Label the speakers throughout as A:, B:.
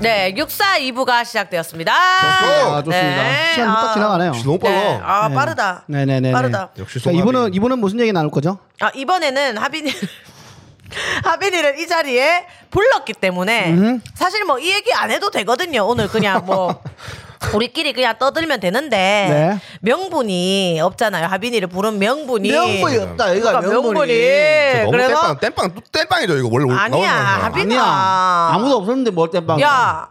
A: 네, 육사 2부가 시작되었습니다.
B: 아, 좋습니다.
A: 네,
B: 시간 후딱
A: 아.
B: 지나가네요.
C: 역시 너무 빨라.
A: 네, 아 빠르다.
B: 네네네.
A: 빠르다.
C: 역시
B: 자,
C: 송하빈.
B: 이분은 이분은 무슨 얘기 나눌 거죠?
A: 아, 이번에는 하빈이 하빈이를 이 자리에 불렀기 때문에 사실 뭐 이 얘기 안 해도 되거든요. 오늘 그냥 뭐 우리끼리 그냥 떠들면 되는데
B: 네.
A: 명분이 없잖아요. 하빈이를 부른 명분이
D: 명분이 없다. 여기가
A: 네. 그러니까
D: 명분이.
A: 명분이.
C: 진짜
A: 네,
C: 너무
A: 그래서
C: 땜빵 땜빵 또 땜빵이죠 이거 원래
A: 아니야, 하빈-
B: 아니야.
A: 아.
B: 아무도 없었는데 뭐 뭘 땜빵?
A: 야,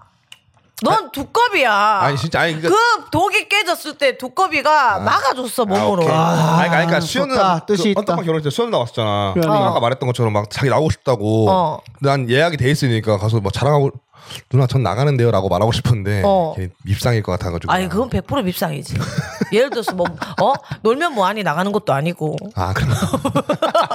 A: 넌 두꺼비야.
C: 네. 아니, 진짜, 아니,
A: 그
C: 그러니까-
A: 독이 깨졌을 때 두꺼비가 막아줬어 몸으로.
C: 아, 그러니까, 그러니까 수현은
B: 좋다. 뜻이 있다.
C: 언뜻만 결혼할 때 수현 나왔었잖아.
B: 그러니까.
C: 아까 말했던 것처럼 막 자기 나오고 싶다고.
A: 어.
C: 난 예약이 돼 있으니까 가서 뭐 자랑하고 누나 전 나가는데요라고 말하고 싶은데
A: 어.
C: 괜히 밉상일 것 같아가지고.
A: 아니 그건 100% 밉상이지. 예를 들어서 뭐어 놀면 뭐하니 나가는 것도 아니고.
C: 아 그럼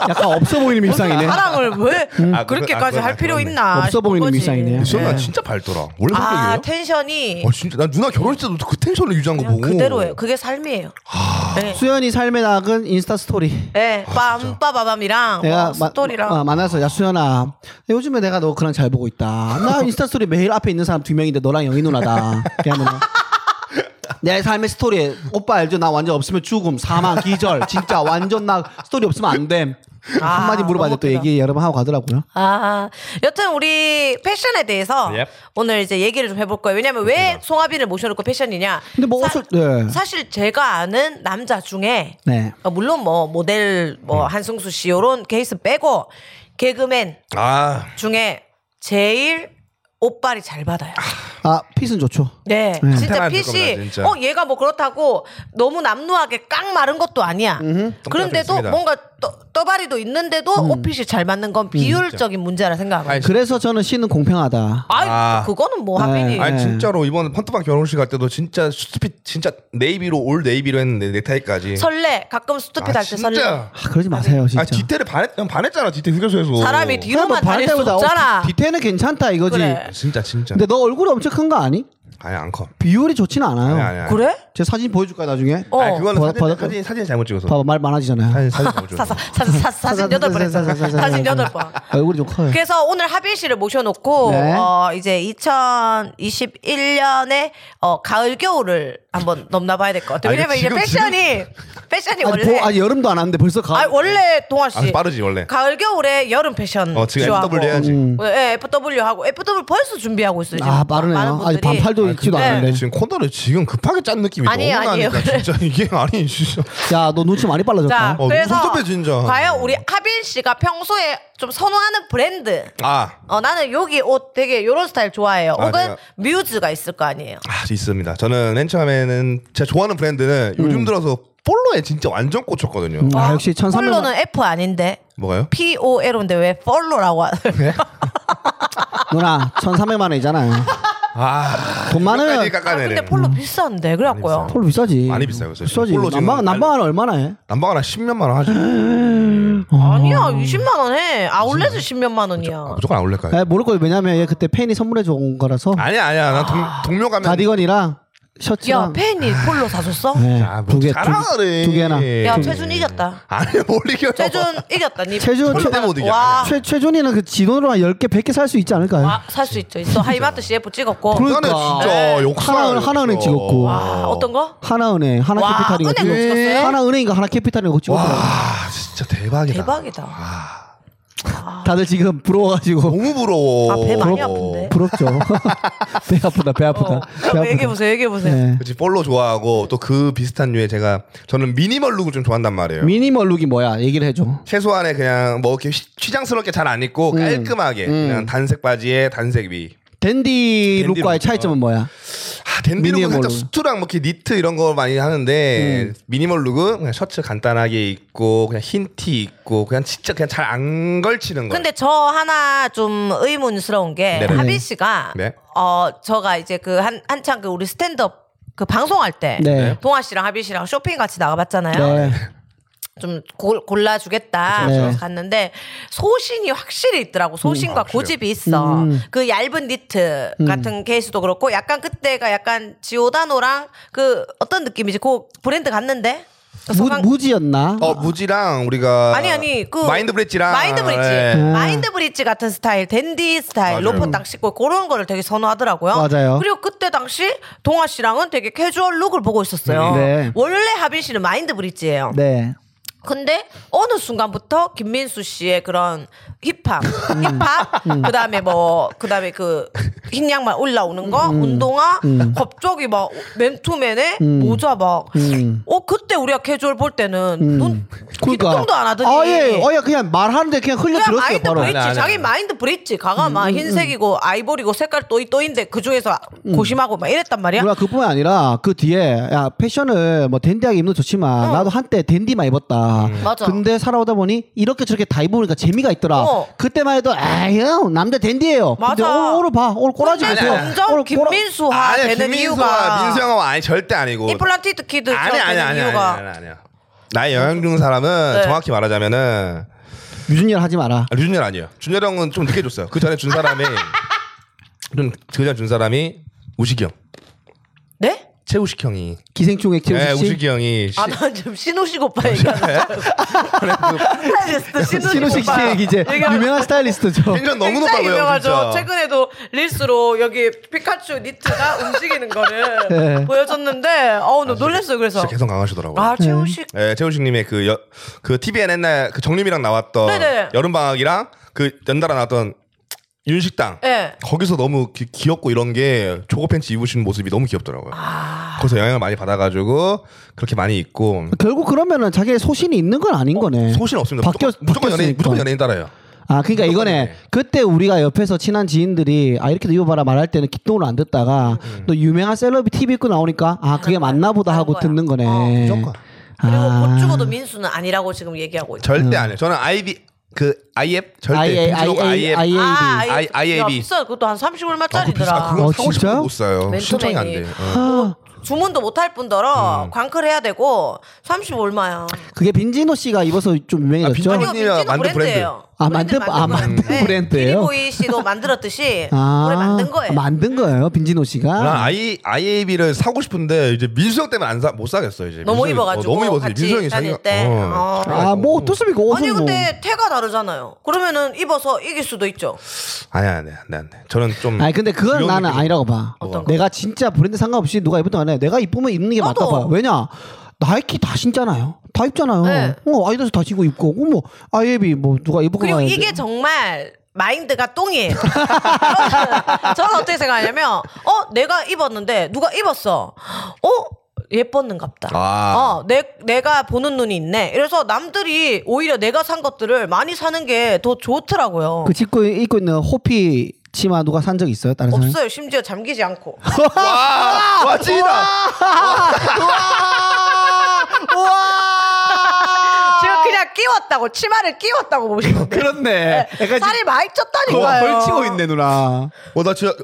B: 약간 없어 보이는 밀상이네.
A: 사랑을 왜
C: 아, 그건- 아,
A: 그렇게까지
C: 그건
A: 할 필요
C: 그렇네.
A: 있나
B: 없어
A: 싶은
B: 보이는
A: 거지.
B: 밀상이네요.
C: 수현 나
B: 네.
C: 진짜 밝더라. 원래
A: 아
C: 성격이에요?
A: 텐션이
C: 아 진짜 난 누나 결혼할 때도 그 텐션을 유지한 거 보고.
A: 그대로예요. 그게 삶이에요.
C: 아,
A: 네.
B: 수현이 삶의 낙은 인스타 스토리.
A: 네, 빰빠바밤이랑
B: 내가
A: 뭐 스토리랑
B: 마, 어, 만나서 야 수현아 요즘에 내가 너 그랑 잘 보고 있다 나 인스타 스토리 매일 앞에 있는 사람 두 명인데 너랑 영희 누나다 그러면 내 삶의 스토리에 오빠 알죠 나 완전 없으면 죽음 사망 기절 진짜 완전 나 스토리 없으면 안됨
A: 아,
B: 한마디 물어봐야
A: 너무
B: 또
A: 웃기다.
B: 얘기 여러 번 하고 가더라고요
A: 아, 여튼 우리 패션에 대해서
C: Yep. 그렇죠.
A: 오늘 이제 얘기를 좀 해볼 거예요. 왜냐면 왜 송하빈을 모셔놓고 패션이냐?
B: 근데 뭐 어쩔- 네.
A: 사실 제가 아는 남자 중에
B: 네.
A: 어, 물론 뭐 모델
C: 음.
A: 뭐 한승수 씨 이런 케이스 빼고 개그맨
C: 아
A: 중에 제일 옷빨이 잘 받아요.
B: 아 핏은 좋죠
A: 네, 진짜
C: 편안할
A: 핏이
C: 겁니다, 진짜.
A: 어 얘가 뭐 그렇다고 너무 남루하게 깡 마른 것도 아니야. 그런데도
C: 있습니다.
A: 뭔가 떠, 떠바리도 있는데도
B: 음.
A: 옷핏이 잘 맞는
C: 음.
A: 건 비율적인 문제라 생각합니다.
C: 아니,
B: 그래서 저는 씨는 공평하다
A: 아이
C: 아.
A: 그거는 뭐 하빈이
B: 네.
C: 아니 진짜로 이번 헌트방 결혼식 갈 때도 진짜 수트핏 진짜 네이비로 올 네이비로 했는데 넥타이까지.
A: 설레 가끔
C: 아,
A: 수트핏 할 때 설레.
C: 진짜.
B: 아, 그러지 마세요 진짜
C: 아 디테일을 반했 반했잖아 디테일 휴게소에서.
A: 사람이
B: 뭐
A: 뒤로만 다닐 수
B: 반대보다
A: 없잖아.
B: 어, 디테일은 괜찮다 이거지
A: 그래.
C: 아, 진짜 진짜.
B: 근데 너 얼굴이 엄청 큰 거 아니?
C: 아니 안 커.
B: 비율이 좋지는 않아요
C: 아니 아니. 아니.
A: 그래?
B: 제 사진 보여줄까요 나중에?
A: 어.
C: 아니, 그거는
B: 바-
C: 사진,
B: 바닷가-
C: 사진 사진 잘못 찍어서.
B: 봐봐 말 많아지잖아요.
C: 사진 사진 잘못 찍어서.
A: 사사 사사 사진 여덟 번 했어. 사진 여덟 번.
B: 아, 얼굴이 좀 커요.
A: 그래서 오늘 하빈 씨를 모셔놓고
B: 네.
A: 어, 이제 2021년에 어, 가을 겨울을 한번 넘나봐야 될 것 같아요.
C: 아, 이거
A: 왜냐면 이제
C: 지금,
A: 패션이 패션이
B: 아니,
A: 원래
B: 보- 아니, 여름도 안 왔는데 벌써 가.
A: 아 원래 동아 씨
C: 아, 빠르지, 원래.
A: 가을 겨울에 여름 패션
C: 어, 지금
A: 쇼하고.
C: FW 해야지. 음.
A: 예, 예, FW 하고 FW 벌써 준비하고 있어요. 지금
B: 아
A: 많은
B: 빠르네요.
A: 분들이.
B: 아직 반팔도 입지도
A: 근데-
B: 않은데.
C: 지금 코너를 지금 급하게 짠 느낌이
A: 아니에요,
C: 너무
A: 아니에요.
C: 나니까 진짜 이게 아니 진짜.
B: 야 너 눈치 많이
A: 자,
B: 빨라졌다.
C: 어,
A: 그래서
C: 눈썹에 진짜.
A: 과연 우리 하빈 씨가 평소에 좀 선호하는 브랜드
C: 아,
A: 어 나는 여기 옷 되게 요런 스타일 좋아해요.
C: 아,
A: 혹은
C: 제가-
A: 뮤즈가 있을 거 아니에요.
C: 아 있습니다. 저는 맨 처음에는 제가 좋아하는 브랜드는 요즘 들어서 볼로에 진짜 완전 꽂혔거든요.
B: 음,
A: 어,
B: 아, 역시 1,300만
A: 폴로는 F 아닌데
C: 뭐가요?
A: P O L인데 왜 폴로라고 하는?
B: 누나 1,300만 원이잖아요.
C: 아,
B: 돈 많으면
C: 끝까지 깎아내래.
A: 근데 폴로 비싼데 그래갖고요.
B: 폴로 비싸지.
C: 많이 비싸요, 그래서 지금.
B: 비싸지.
C: 폴로 지금
B: 남방 남방 안 얼마나 해?
C: 음. 남방 하나 10몇만 원 하지.
A: 아니야 20만 원 해. 아울렛은 10몇만 원이야.
C: 아, 무조건 안 올릴 거야.
B: 아, 모를 거예요. 왜냐면 얘 그때 팬이 선물해 준 거라서
C: 아니야 네. 아니야. 난 동, 동료 가면
B: 가디건이랑
A: 야
B: 셔츠랑
A: 팬이 폴로 사줬어?
B: 네.
C: 아, 뭐
B: 두개두
C: 자랑을 해.
B: 개나.
A: 야
C: 두-
A: 최준 이겼다.
C: 아니 뭘 이겨.
A: 최준 이겼다. 니
B: 최준-
C: 절대 못 어. 이겨.
A: 와.
B: 최 최준이는 그 지돈으로 한 10개 100개 살 수 있지
C: 아,
B: 않을까요?
A: 살 수 있죠. 있어 하이마트 CF 찍었고.
B: 그러-
C: 그러네
B: 그러니까.
C: 진짜 역사.
B: 하나은 하나은행 찍었고.
A: 와 어떤 거?
B: 하나은행,
A: 와,
B: 하나캐피탈인가
A: 은행 그거 찍었어요?
B: 하나은행인가 하나캐피탈인가 찍었더라고.
C: 와 진짜 대박이다.
A: 대박이다.
B: 다들 지금 부러워가지고
C: 너무 부러워.
A: 아, 배 많이 아픈데.
B: 부럽죠. 배 아프다, 배 아프다. 배 아프다.
A: 어, 얘기해 보세요. 얘기해 보세요.
B: 네.
C: 그렇지 볼로 좋아하고 또 그 비슷한 류의 제가 저는 미니멀 룩을 좀 좋아한단 말이에요.
B: 미니멀 룩이 뭐야? 얘기를 해줘.
C: 최소한의 그냥 뭐 이렇게 휘- 휘장스럽게 잘 안 입고
B: 음.
C: 깔끔하게 그냥 단색 바지에 단색 위.
B: 댄디
C: 댄디 룩과.
B: 룩과의 차이점은 뭐야?
C: 아, 댄디 룩은
B: 미니멀 음.
C: 살짝
B: 룩.
C: 수트랑 뭐 이렇게 니트 이런 거 많이 하는데 미니멀 룩은 그냥 셔츠 간단하게 입고 그냥 흰 티 입고 그냥 진짜 그냥 잘 안 걸치는 거.
A: 근데 저 하나 좀 의문스러운 게
C: 네네.
A: 하빈 씨가
C: 네.
A: 어 저가 이제 그 한 한창 그 우리 스탠드업 그 방송할 때
B: 네.
A: 동아 씨랑 하빈 씨랑 쇼핑 같이 나가봤잖아요.
B: 네.
A: 좀 골, 골라주겠다
B: 그쵸.
A: 그래서
B: 네.
A: 갔는데 소신이 확실히 있더라고 소신과
B: 음,
A: 고집이 있어 그 얇은 니트 같은 케이스도 그렇고 약간 그때가 약간 지오다노랑 그 어떤 느낌이지 그 브랜드 갔는데
B: 무,
A: 소강-
B: 무지였나?
C: 어 무지랑 우리가
A: 아니 아니 그
C: 마인드 브릿지랑
A: 마인드 브릿지
C: 예.
A: 마인드 브릿지 같은 스타일 댄디 스타일
C: 맞아요.
A: 로퍼 딱 씻고 그런 거를 되게 선호하더라고요.
B: 맞아요.
A: 그리고 그때 당시 동아 씨랑은 되게 캐주얼 룩을 보고 있었어요.
B: 네.
A: 원래 하빈 씨는 마인드 브릿지예요.
B: 네.
A: 근데 어느 순간부터 김민수 씨의 그런 힙합, 힙합, 그다음에 뭐 그다음에 그 흰 양말 올라오는 거,
B: 음.
A: 운동화, 갑자기 막 맨투맨에 모자 막, 어 그때 우리가 캐주얼 볼 때는 눈
B: 음. 그러니까.
A: 기동도 안 하더니
B: 아예 어예 그냥 말하는데 그냥 흘려
A: 그냥
B: 들었어요
A: 마인드
B: 바로. 음,
A: 브릿지
C: 아니, 아니,
A: 자기
C: 아니.
A: 마인드 브릿지 가가 막 흰색이고 아이보리고 색깔 또이 또인데 그 중에서 고심하고 막 이랬단 말이야.
B: 음. 누나 그뿐만 아니라 그 뒤에 야 패션을 뭐 댄디하게 입는 거 좋지만 나도 한때 댄디만 입었다.
A: 어. 음. 맞아.
B: 근데 살아오다 보니 이렇게 저렇게 다 입으니까 재미가 있더라.
A: 어.
B: 그때만 해도 아유 남자 댄디예요. 근데
A: 맞아.
B: 오늘, 오늘 봐 오늘 꼬라지
A: 근데
B: 보세요.
A: 점점
B: 오늘 꼬라-
A: 김민수화
C: 아니야,
A: 되는
C: 김민수와
A: 이유가
C: 민수 형하고 아니 절대 아니고
A: 임플란티드 키드 처럼
C: 아니 아니
A: 되는
C: 아니
A: 이유가
C: 아니 아니 아니야. 나의 영향 주는 사람은
A: 네.
C: 정확히 말하자면은
B: 유준열 하지 마라.
C: 아, 류준열 아니에요. 준열 형은 좀 늦게 줬어요. 그 전에 준 사람이 좀- 그 전에 준 사람이 우식이 형,
A: 네?
C: 최우식 형이,
B: 기생충의
C: 네,
B: 최우식 씨.
C: 우식이 형이 시-
A: 아 난 지금 신우식 오빠 얘기하는 스타일리스트
B: 신우식
A: 신우식
B: 씨
A: 오빠
B: 얘기 이제
A: 얘기하는
B: 유명한 스타일리스트죠.
C: 텐션 너무
A: 어. 굉장히
C: 높아요,
A: 유명하죠.
C: 진짜.
A: 최근에도 릴스로 여기 피카츄 니트가 움직이는 거를
B: 네.
A: 보여줬는데 어우 나 놀랐어요. 그래서
C: 진짜 개성 강하시더라고요.
A: 아 최우식
C: 예, 최우식님의 그, 여, 그 TVN 옛날 그 정림이랑 나왔던
A: 네네.
C: 여름방학이랑 그 연달아 나왔던 윤식당.
A: 예.
C: 거기서 너무 기, 귀엽고 이런 게 조거 팬츠 입으시는 모습이 너무 귀엽더라고요.
A: 아.
C: 거기서 영향을 많이 받아가지고 그렇게 많이 입고
B: 결국 그러면은 자기 소신이 있는 건 아닌 거네.
C: 어, 소신 없습니다.
B: 바뀌었
C: 무조건, 무조건 연예인,
B: 바뀌었으니까.
C: 무조건 연예인 따라요.
B: 아
C: 음,
B: 그러니까 이거네
C: 그러네.
B: 그때 우리가 옆에서 친한 지인들이 아 이렇게 입어봐라 말할 때는 기똥을 안 듣다가
C: 음.
B: 또 유명한 셀럽이 TV 입고 나오니까 아 그게 맞나 보다 하고
A: 그렇죠. 거야.
B: 듣는 거네
C: 어, 무조건.
A: 그리고 못
B: 아,
A: 죽어도 민수는 아니라고 지금 얘기하고 있죠.
B: 음.
C: 절대 아니에요. 저는 IB 그 IF 절대
B: I A I
C: 빈지노가
B: A
C: IF
B: I A
A: 아,
B: B
C: 아이- 아이앱이.
A: 야, 비싸. 그것도 한 30
C: 아, 그거 비싸.
A: 얼마짜리더라.
C: 그거
B: 어,
C: 사고
B: 진짜?
C: 싶어도 못 사요.
A: 맨투맨이.
C: 신청이 안 돼. 어.
B: 아,
A: 주문도 못 할 뿐더러 광클 해야 되고 30 얼마야.
B: 그게 빈지노 씨가 입어서 좀 유명해졌죠.
C: 아,
A: 아니요,
C: 빈지노
A: 민지노
C: 만든
A: 브랜드예요.
B: 아,
A: 브랜드
B: 만든- 아, 만든 브랜드예요?
A: 키리보이 씨도 만들었듯이 노래 만든 거예요.
B: 아. 만든 거예요 빈지노
A: 아.
C: 난
B: 씨가.
C: I IAB를 사고 싶은데 이제 민수 형 때문에 안사못 사겠어 이제.
A: 너무
C: 민수 형이-
A: 입어가지고
C: 어, 너무 입어서
A: 같이
C: 민수 형이
A: 다닐
C: 자기가-
A: 때.
C: 어.
A: 어.
B: 아 뭐 어떻습니까
A: 아니
B: 옷은 뭐.
A: 근데 태가 다르잖아요. 그러면은 입어서 이길 수도 있죠.
C: 아니야 아니야 안돼 안돼. 저는 좀.
B: 아니 근데 그건
C: 귀여운
B: 나는
C: 느낌이-
B: 아니라고 봐.
A: 어떤 거?
B: 내가 진짜 브랜드 상관없이 누가 입든 간에 내가 입으면 입는 게 맞다
A: 나도.
B: 봐. 왜냐? 나이키 다 신잖아요. 다 입잖아요.
A: 네.
B: 어, 아이다스 다 신고 입고 오고 뭐 아이비 뭐 누가 입고
A: 그리고
B: 가는데.
A: 이게 정말 마인드가 똥이에요. 저는, 저는 어떻게 생각하냐면 어 내가 입었는데 누가 입었어. 어 예뻤는갑다.
C: 아.
A: 어, 내, 내가 보는 눈이 있네. 이래서 남들이 오히려 내가 산 것들을 많이 사는 게 더 좋더라고요.
B: 그 짓고 입고 있는 호피 치마 누가 산 적 있어요? 다른 사람?
A: 없어요. 심지어 잠기지 않고. 아.
C: 와, 와 찐이다.
A: 지금 그냥 끼웠다고 치마를 끼웠다고 보시면 돼요.
B: 그렇네. 약간
A: 살이 많이 쪘다니까요.
B: 걸치고 있네 누나.
C: 어, 와나 진짜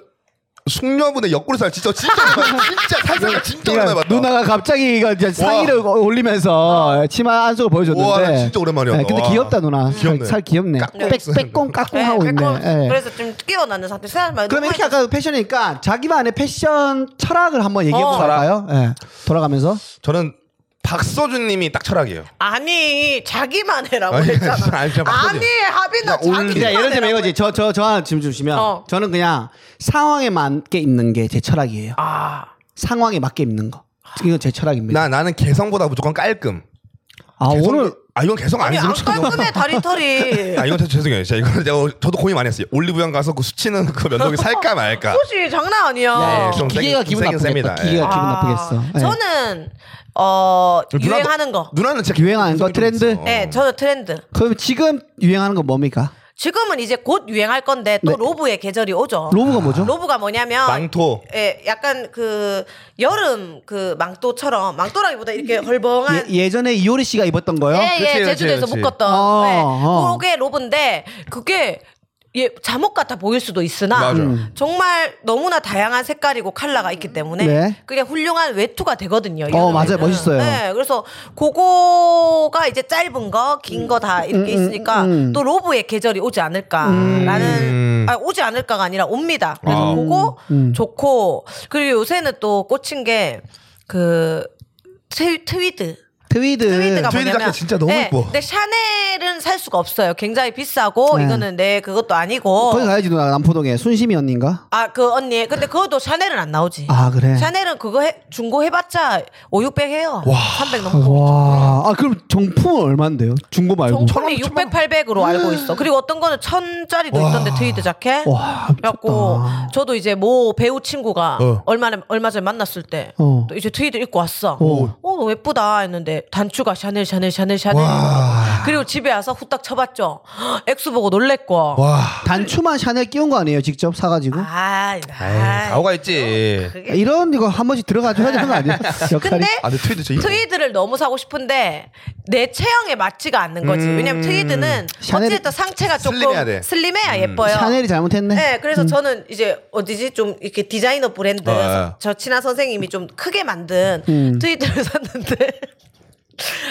C: 숙녀분의 옆구리살 진짜 진짜 진짜 살살 진짜 오랜만에
B: 그러니까
C: 봤다.
B: 누나가 갑자기 이거 이제 상의를 어, 올리면서 치마 안쪽을 보여줬는데.
C: 아. 우와, 나 진짜 오랜만이야.
B: 네, 근데
C: 와.
B: 귀엽다 누나.
C: 귀엽네.
B: 살 귀엽네.
C: 깍꿍.
B: 빽- 빼꼼 까꿍
A: 네,
B: 하고 있네.
A: 그래서-
B: 예.
A: 그래서 좀 끼워놨는 상태. 생각해봐요.
B: 그럼 이렇게 아까 패션이니까 자기만의 패션 철학을 한번 얘기해
A: 어.
B: 볼까요? 예. 돌아가면서
C: 저는 박서준님이 딱 철학이에요.
A: 아니 자기만 해라고
C: 아니,
A: 했잖아.
C: 아니, 진짜 맞거든요.
A: 아니 하빈아
C: 그냥 올리-
A: 자기만
B: 그냥 예를 들면
A: 해라고
B: 이거지. 저 저 저한 지금 주시면
A: 어.
B: 저는 그냥 상황에 맞게 입는 게 제 철학이에요.
A: 아
B: 상황에 맞게 입는 거. 이건 제 철학입니다.
C: 나 나는 개성보다 무조건 깔끔.
B: 네. 아
C: 개성도-
B: 오늘
C: 아 이건 개성
A: 아니
C: 아니죠?
A: 안 깔끔해 다리털이.
B: 그러니까.
C: 아 이건 진짜 죄송해요. 진짜 이건 제가 저도 고민 많이 했어요. 올리브영 가서 그 수치는 그 면도기 살까 말까.
A: 소시 장난 아니야.
C: 예, 좀
B: 기계가
C: 세긴-
B: 기분
C: 세긴
B: 나쁘겠다.
C: 셉니다. 예.
B: 네, 기계가 기분
A: 아,
B: 나쁘겠어. 예.
A: 저는 어
C: 누나도-
A: 유행하는 거.
C: 누나는 진짜
B: 유행하는 거,
C: 개성이 좀
B: 트렌드?
C: 있어.
A: 네, 저는 트렌드.
B: 그럼 지금 유행하는 건 뭡니까?
A: 지금은 이제 곧 유행할 건데 또
B: 네.
A: 로브의 계절이 오죠.
B: 로브가 뭐죠?
A: 로브가 뭐냐면
C: 망토.
A: 예, 약간 그 여름 그 망토처럼 망토라기보다 이렇게 헐벙한
B: 예, 예전에 이효리 씨가 입었던 거요.
A: 아. 예,
C: 그치,
A: 예,
C: 그치,
A: 제주도에서
C: 그치.
A: 묶었던.
B: 어,
A: 예.
B: 어.
A: 그게 로브인데 그게 예, 잠옷 같아 보일 수도 있으나 음.
C: 맞아.
B: 음.
A: 정말 너무나 다양한 색깔이고 컬러가 있기 때문에
B: 네.
A: 그게 훌륭한 외투가 되거든요.
B: 어,
A: 여름에는.
B: 맞아요. 멋있어요.
A: 네, 그래서 그거가 이제 짧은 거, 긴 거 다
B: 음,
A: 이렇게 있으니까 또 로브의 계절이 오지 않을까라는
B: 음.
A: 아, 오지 않을까가 아니라 옵니다. 그래서
C: 아.
A: 그거 좋고 그리고 요새는 또 꽂힌 게 그 트위드
B: 예, 트위드.
A: 트위드가
C: 트위드
A: 뭐냐면
C: 자켓 진짜 너무
A: 네,
C: 예뻐.
A: 근데 샤넬은 살 수가 없어요. 굉장히 비싸고
B: 네. 어,
A: 이거는 내 그것도 아니고
B: 거기 가야지 누나 남포동에 순심이 언니인가?
A: 아 그 언니 근데 그것도 샤넬은 안 나오지.
B: 아 그래.
A: 샤넬은 그거 해, 중고 해봤자 5, 600 해요. 300 넘고.
B: 와. 아 그럼 정품은 얼마인데요? 중고 말고.
A: 정품이 600, 800으로 알고 있어. 그리고 어떤 거는 1000짜리도 있던데 트위드 자켓.
B: 와,
A: 그래갖고
B: 미쳤다.
A: 저도 이제 모 배우 친구가
C: 어.
A: 얼마 얼마 전에 만났을 때
B: 어.
A: 또 이제 트위드 입고 왔어.
B: 어.
A: 어, 너무 예쁘다 했는데 단추가 샤넬 샤넬 샤넬 샤넬.
C: 와.
A: 그리고 집에 와서 후딱 쳐봤죠. 헉, 액수 보고 놀랬고.
C: 와.
B: 단추만 샤넬 끼운 거 아니에요? 직접 사가지고?
A: 아,
C: 에이, 가오가 음, 있지.
A: 어, 그게
B: 이런 이거 한 번씩 들어가줘야 되는 거 아니야? 역할이.
A: 근데
C: 아, 근데 트위드 진짜 이뻐.
A: 트위드를 너무 사고 싶은데 내 체형에 맞지가 않는 거지. 왜냐면 트위드는
B: 샤넬이-
A: 어찌됐든 상체가 조금
C: 음. 슬림해야 돼. 음.
A: 슬림해야 예뻐요.
B: 샤넬이 잘못했네. 음.
A: 네, 그래서 저는 이제 어디지 좀 이렇게 디자이너 브랜드
C: 어,
B: 아,
C: 어.
A: 저 친한 선생님이 좀 크게 만든
B: 음.
A: 트위터를 샀는데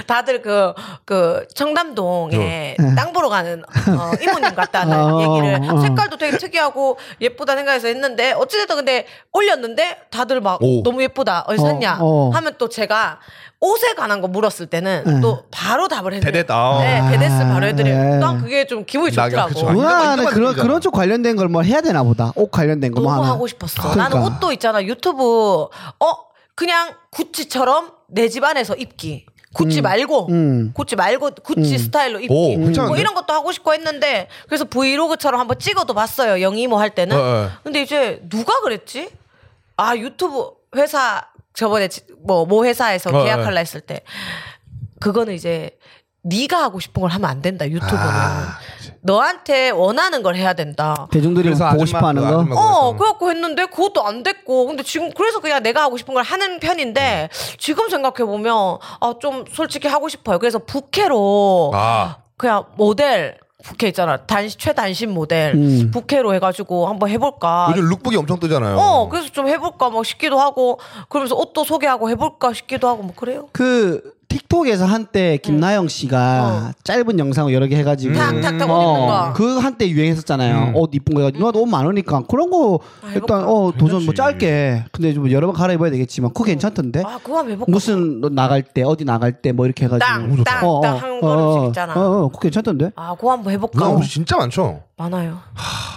A: 다들 그, 그 청담동에 땅 보러 가는 어, 이모님 같다는
B: 네. 어,
A: 얘기를
B: 어.
A: 색깔도 되게 특이하고 예쁘다 생각해서 했는데 어찌됐든 근데 올렸는데 다들 막
C: 오.
A: 너무 예쁘다 어디
B: 어,
A: 샀냐
B: 어.
A: 하면 또 제가 옷에 관한 거 물었을 때는
B: 네.
A: 또 바로 답을 했는데
C: 대댓, 아.
A: 네, 대댓을 바로
B: 네.
A: 해드려요. 난 그게 좀 기분이
C: 나가,
A: 좋더라고.
C: 그쵸.
B: 누나는
C: 이거만
B: 그런
C: 들리잖아.
B: 그런 쪽 관련된 걸 뭘 해야 되나 보다. 옷 관련된 거
A: 너무
B: 뭐 하나.
A: 하고 싶었어. 나는
B: 그러니까.
A: 옷도 있잖아 유튜브 어 그냥 구찌처럼 내 집 안에서 입기. 구찌 말고
B: 음.
A: 구찌 말고 구찌 스타일로 입기.
C: 오, 괜찮은데?
A: 뭐 이런 것도 하고 싶고 했는데 그래서 브이로그처럼 한번 찍어도 봤어요 영이모 할 때는.
C: 어, 어.
A: 근데 이제 누가 그랬지? 아 유튜브 회사 저번에 뭐 모 회사에서
C: 어,
A: 계약할라
C: 어.
A: 했을 때 그거는 이제 네가 하고 싶은 걸 하면 안 된다 유튜브는
C: 아,
A: 너한테 원하는 걸 해야 된다.
B: 대중들이 보고 싶어
C: 그
B: 하는 거.
A: 어, 그래갖고 했는데 그것도 안 됐고. 근데 지금 그래서 그냥 내가 하고 싶은 걸 하는 편인데
C: 음.
A: 지금 생각해보면 아, 좀 솔직히 하고 싶어요. 그래서 부캐로
C: 아.
A: 그냥 모델 부캐 있잖아. 단시, 최단신 모델
B: 음.
A: 부캐로 해가지고 한번 해볼까.
C: 요즘 룩북이 엄청 뜨잖아요.
A: 어, 그래서 좀 해볼까 뭐 싶기도 하고 그러면서 옷도 소개하고 해볼까 싶기도 하고 뭐 그래요.
B: 그 틱톡에서 한때 김나영 씨가 짧은 영상을 여러 개 해가지고
A: 네. 어. 탁, 탁, 탁
B: 어,
A: 옷 입는 거.
B: 그 한때 유행했었잖아요. 옷 이쁜 거 해가지고 누나도 옷 많으니까 그런 거
A: 아,
B: 일단 어 도전 뭐
C: 당연하지.
B: 짧게 근데 좀 여러 번 갈아입어야 되겠지만 그거
C: 네?
B: 괜찮던데
A: 아, 그거 한번 해볼까.
B: 무슨 너 나갈 때 어디 나갈 때 뭐 이렇게
A: 땅,
B: 해가지고
A: 땅, 땅 한 걸음씩 있잖아.
B: 어, 어, 그거 괜찮던데
A: 아, 그거 한번 해볼까.
C: 나 옷이 진짜 많죠.
A: 많아요.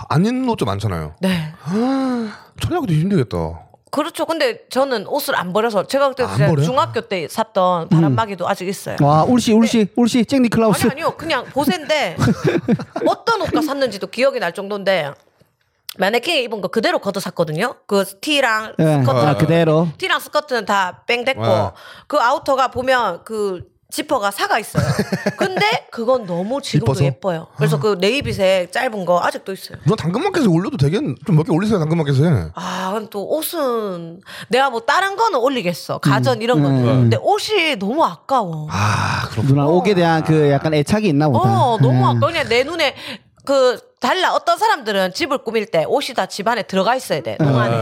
C: 안 입는 옷도 많잖아요.
A: 네.
C: 철량도 힘들겠다.
A: 그렇죠. 근데 저는 옷을 안 버려서 제가 그때
C: 아, 안
A: 그냥
C: 버려요?
A: 중학교 때 샀던 바람막이도 아직 있어요.
B: 와 울시 울시 울시 잭 니클라우스
A: 아니 아니요. 그냥 보세인데 어떤 옷과 샀는지도 기억이 날 정도인데 마네킹에 입은 거 그대로 걷어 샀거든요. 그 티랑
B: 예,
A: 스커트
B: 아, 그대로 네.
A: 티랑 스커트는 다 뺑댔고
C: 와.
A: 그 아우터가 보면 그 지퍼가 사가 있어요. 근데 그건 너무 지금도
C: 이뻐서?
A: 예뻐요.
B: 아.
A: 그래서 그 네이비색 짧은 거 아직도 있어요.
C: 누나 당근마켓에 올려도 되겠. 좀 몇 개 올리세요 당근마켓에.
A: 아, 그럼 또 옷은 내가 뭐 다른 거는 올리겠어. 가전
B: 음.
A: 이런 거는. 근데 옷이 너무 아까워.
C: 아 그럼.
B: 누나 옥에 대한 그 약간 애착이 있나 보다
A: 어, 너무
C: 음.
B: 예.
A: 아까워. 그냥 내 눈에 그 달라. 어떤 사람들은 집을 꾸밀 때 옷이 다 집안에 들어가 있어야 돼.
C: 음.
A: 동안에.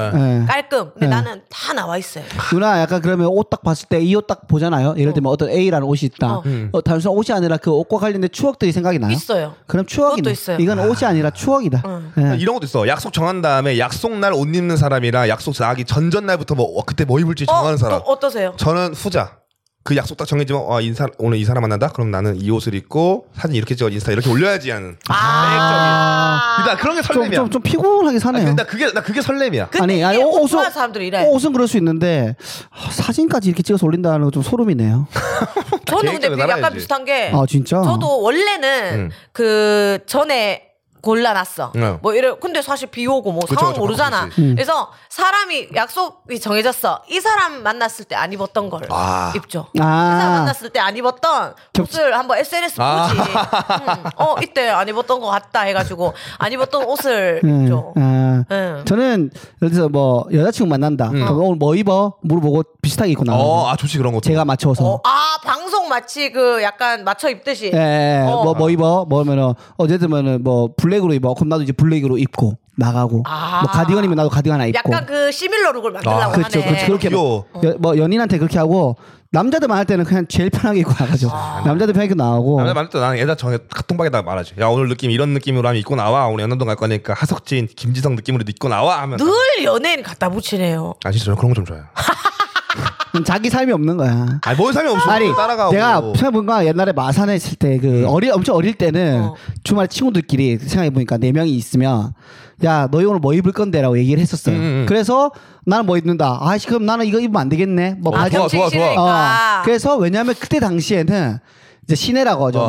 B: 예.
A: 깔끔. 근데
B: 네.
A: 나는 다 나와 있어요.
B: 누나 약간 그러면 옷 딱 봤을 때 이 옷 딱 보잖아요. 예를 들면 어떤 A라는 옷이 있다.
A: 어.
B: 어.
C: 음.
B: 단순 옷이 아니라 그 옷과 관련된 추억들이 생각이 나요.
A: 있어요.
B: 그럼 추억이
A: 그것도 있어요. 음.
B: 이건 옷이 아니라 추억이다. 예.
C: 네. 이런 것도 있어. 약속 정한 다음에 약속 날 옷 입는 사람이랑 약속 나기 전전 날부터 뭐 어, 그때 뭐 입을지 정하는
A: 어,
C: 사람.
A: 또 어떠세요?
C: 저는 후자. 그 약속 딱 정해지면 아, 인사, 오늘 이 사람 만난다. 그럼 나는 이 옷을 입고 사진 이렇게 찍어 인스타 이렇게 올려야지 하는.
A: 아.
C: 나 그런 게
B: 좀,
C: 설렘이야.
B: 좀, 좀 피곤하게
C: 아니,
B: 사네요.
C: 근데 나 그게 나 그게 설렘이야.
A: 근데 아니,
B: 아니, 아니,
A: 아니,
B: 옷- 옷은-
A: 좋아하는 사람들이 이래.
B: 어, 옷은 그럴 수 있는데 아, 사진까지 이렇게 찍어서 올린다는 건 좀 소름이네요.
A: 저는 근데
C: 계획대로
A: 약간
C: 살아야지.
A: 비슷한 게
B: 아 진짜.
A: 네. 저도 원래는
C: 음.
A: 그 전에 골라놨어.
C: 네.
A: 뭐 이래. 근데 사실 비 오고 뭐
C: 그쵸,
A: 상황
C: 그쵸,
A: 모르잖아.
C: 바꾸지. 음.
A: 그래서 사람이 약속이 정해졌어. 이 사람 만났을 때 안 입었던 걸
C: 아.
A: 입죠. 이 사람
B: 아
A: 만났을 때 안 입었던 옷을 한번 SNS 보지. 음, 어 이때 안 입었던 것 같다 해가지고 안 입었던 옷을
B: 음,
A: 입죠.
B: 아.
A: 음.
B: 저는 예를 들어서 뭐 여자친구 만난다. 그럼 오늘 뭐 입어? 물어보고 비슷하게 입고 나가는
C: 음. 어,
B: 거.
C: 아 좋지 그런 것도.
B: 음. 제가 맞춰서.
A: 어, 아 방송 마치 그 약간 맞춰 입듯이.
B: 예, 예,
A: 어.
B: 뭐, 뭐 입어? 뭐면은, 어제 들면은, 뭐, 블랙으로 입어. 그럼 나도 이제 블랙으로 입고, 나가고.
A: 아.
B: 뭐, 가디건이면 나도 가디건 하나 입고.
A: 약간 그 시밀러 룩을 만들려고
C: 아,
B: 그렇죠,
A: 하네.
B: 그렇죠. 그렇게.
C: 귀여워.
B: 여- 뭐, 연인한테 그렇게 하고, 남자들만 할 때는 그냥 제일 편하게 입고 나가죠.
A: 아.
B: 남자들 편하게 나가고.
C: 남자 만날 때 아, 나는 애들 정에 카톡방에다가 말하지. 야 오늘 느낌 이런 느낌으로 하면 입고 나와. 오늘 연남동 갈 거니까 하석진, 김지성 느낌으로 입고 나와 하면.
A: 늘 연예인 갖다 붙이네요.
C: 아 진짜 저는 그런 거 좀 좋아요.
B: 음, 자기 삶이 없는 거야.
C: 아니 뭔 삶이 없어.
B: 아니
C: 따라가고. 음.
B: 내가 생각해보니까 옛날에 마산에 있을 때 그 어리 엄청 어릴 때는
A: 어.
B: 주말에 친구들끼리 생각해보니까 네 명이 있으면 야 너희 오늘 뭐 입을 건데라고 얘기를 했었어요.
C: 음, 음.
B: 그래서 나는 뭐 입는다. 아 씨, 그럼 나는 이거 입으면 안 되겠네. 뭐
C: 아,
B: 바지
C: 좋아, 좋아, 좋아.
B: 어,
C: 그러니까.
A: 싫으니까.
B: 그래서 왜냐하면 그때 당시에는 이제 시내라고 하죠.
C: 어.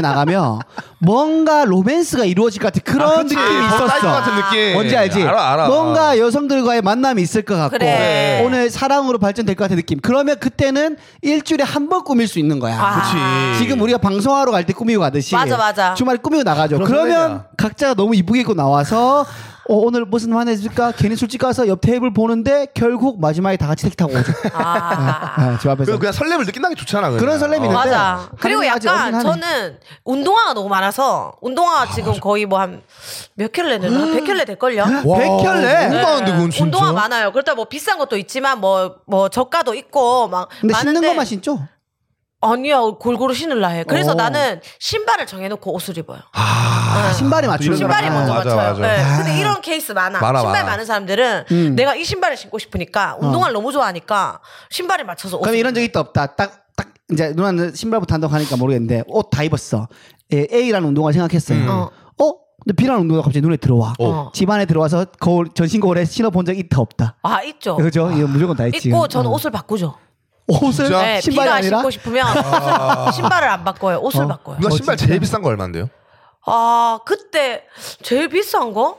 B: 나가면 뭔가 로맨스가 이루어질 것 같은 그런
C: 아, 그치.
B: 느낌이
C: 더 쌓일 것
B: 있었어.
C: 같은 느낌.
B: 뭔지 알지?
C: 알아 어. 알아.
B: 뭔가 여성들과의 만남이 있을 것 같고
A: 그래.
B: 오늘 사랑으로 발전될 것 같은 느낌. 그러면 그때는 일주일에 한 번 꾸밀 수 있는 거야.
A: 아.
C: 그치.
B: 지금 우리가 방송하러 갈 때 꾸미고 가듯이
A: 맞아, 맞아.
B: 주말에 꾸미고 나가죠.
C: 그럼
B: 그러면
C: 설레냐.
B: 각자가 너무 이쁘게 입고 나와서 어, 오늘 무슨 화내줄까 괜히 술집 가서 옆 테이블 보는데 결국 마지막에 다 같이 택시 타고 오죠.
A: 아.
B: 아, 집 앞에서
C: 그래서 그냥 설렘을 느낀다는 게 좋잖아. 그냥.
B: 그런
C: 어.
B: 설렘이 있는데.
A: 맞아.
B: 하는
A: 그리고
B: 게 아직
A: 약간
B: 어색하네.
A: 저는 운동화가 너무 많아서 운동화 지금 거의 뭐 한 몇 켤레 되나? 한 100켤레 될걸요?
C: 와,
B: 백혈래?
C: 너무 많은데 그건 진짜.
A: 네. 운동화 많아요. 그렇다 뭐 비싼 것도 있지만 뭐 뭐 저가도 있고 막
B: 근데
A: 많은데
B: 신는 것만 신죠?
A: 아니야 골고루 신을라 해. 그래서
B: 오.
A: 나는 신발을 정해놓고 옷을 입어요.
C: 아,
B: 아, 신발이 맞추는
A: 신발이
C: 아,
A: 먼저
C: 맞아,
A: 맞춰요.
C: 맞아.
A: 네.
B: 아.
A: 근데 이런 케이스 많아.
C: 많아,
A: 신발
C: 많아.
A: 많은 사람들은
B: 음. 어.
A: 내가 이 신발을 신고 싶으니까 운동화를 너무 좋아하니까 신발에 맞춰서 옷을
B: 그럼 이런 적 있다 없다. 딱, 딱, 이제 누나는 신발부터 한다고 하니까 모르겠는데, 옷 다 입었어. 예, A라는 운동화 생각했어요.
C: 음.
A: 어.
B: 어? 근데 B라는 운동화 갑자기 눈에 들어와.
A: 어.
B: 집 안에 들어와서 거울, 전신 거울에 신어본 적 있다 없다.
A: 아 있죠.
B: 그죠? 이거 무조건 다 있지.
A: 있고 저는
B: 어.
A: 옷을 바꾸죠.
B: 옷을
C: 진짜?
A: 네,
B: 신발이
A: 비가
B: 아니라
A: 신고 싶으면 신발을 안 바꿔요. 옷을
B: 어.
A: 바꿔요.
C: 누나 신발
B: 진짜?
C: 제일 비싼 거 얼마인데요?
A: 아 그때 제일 비싼 거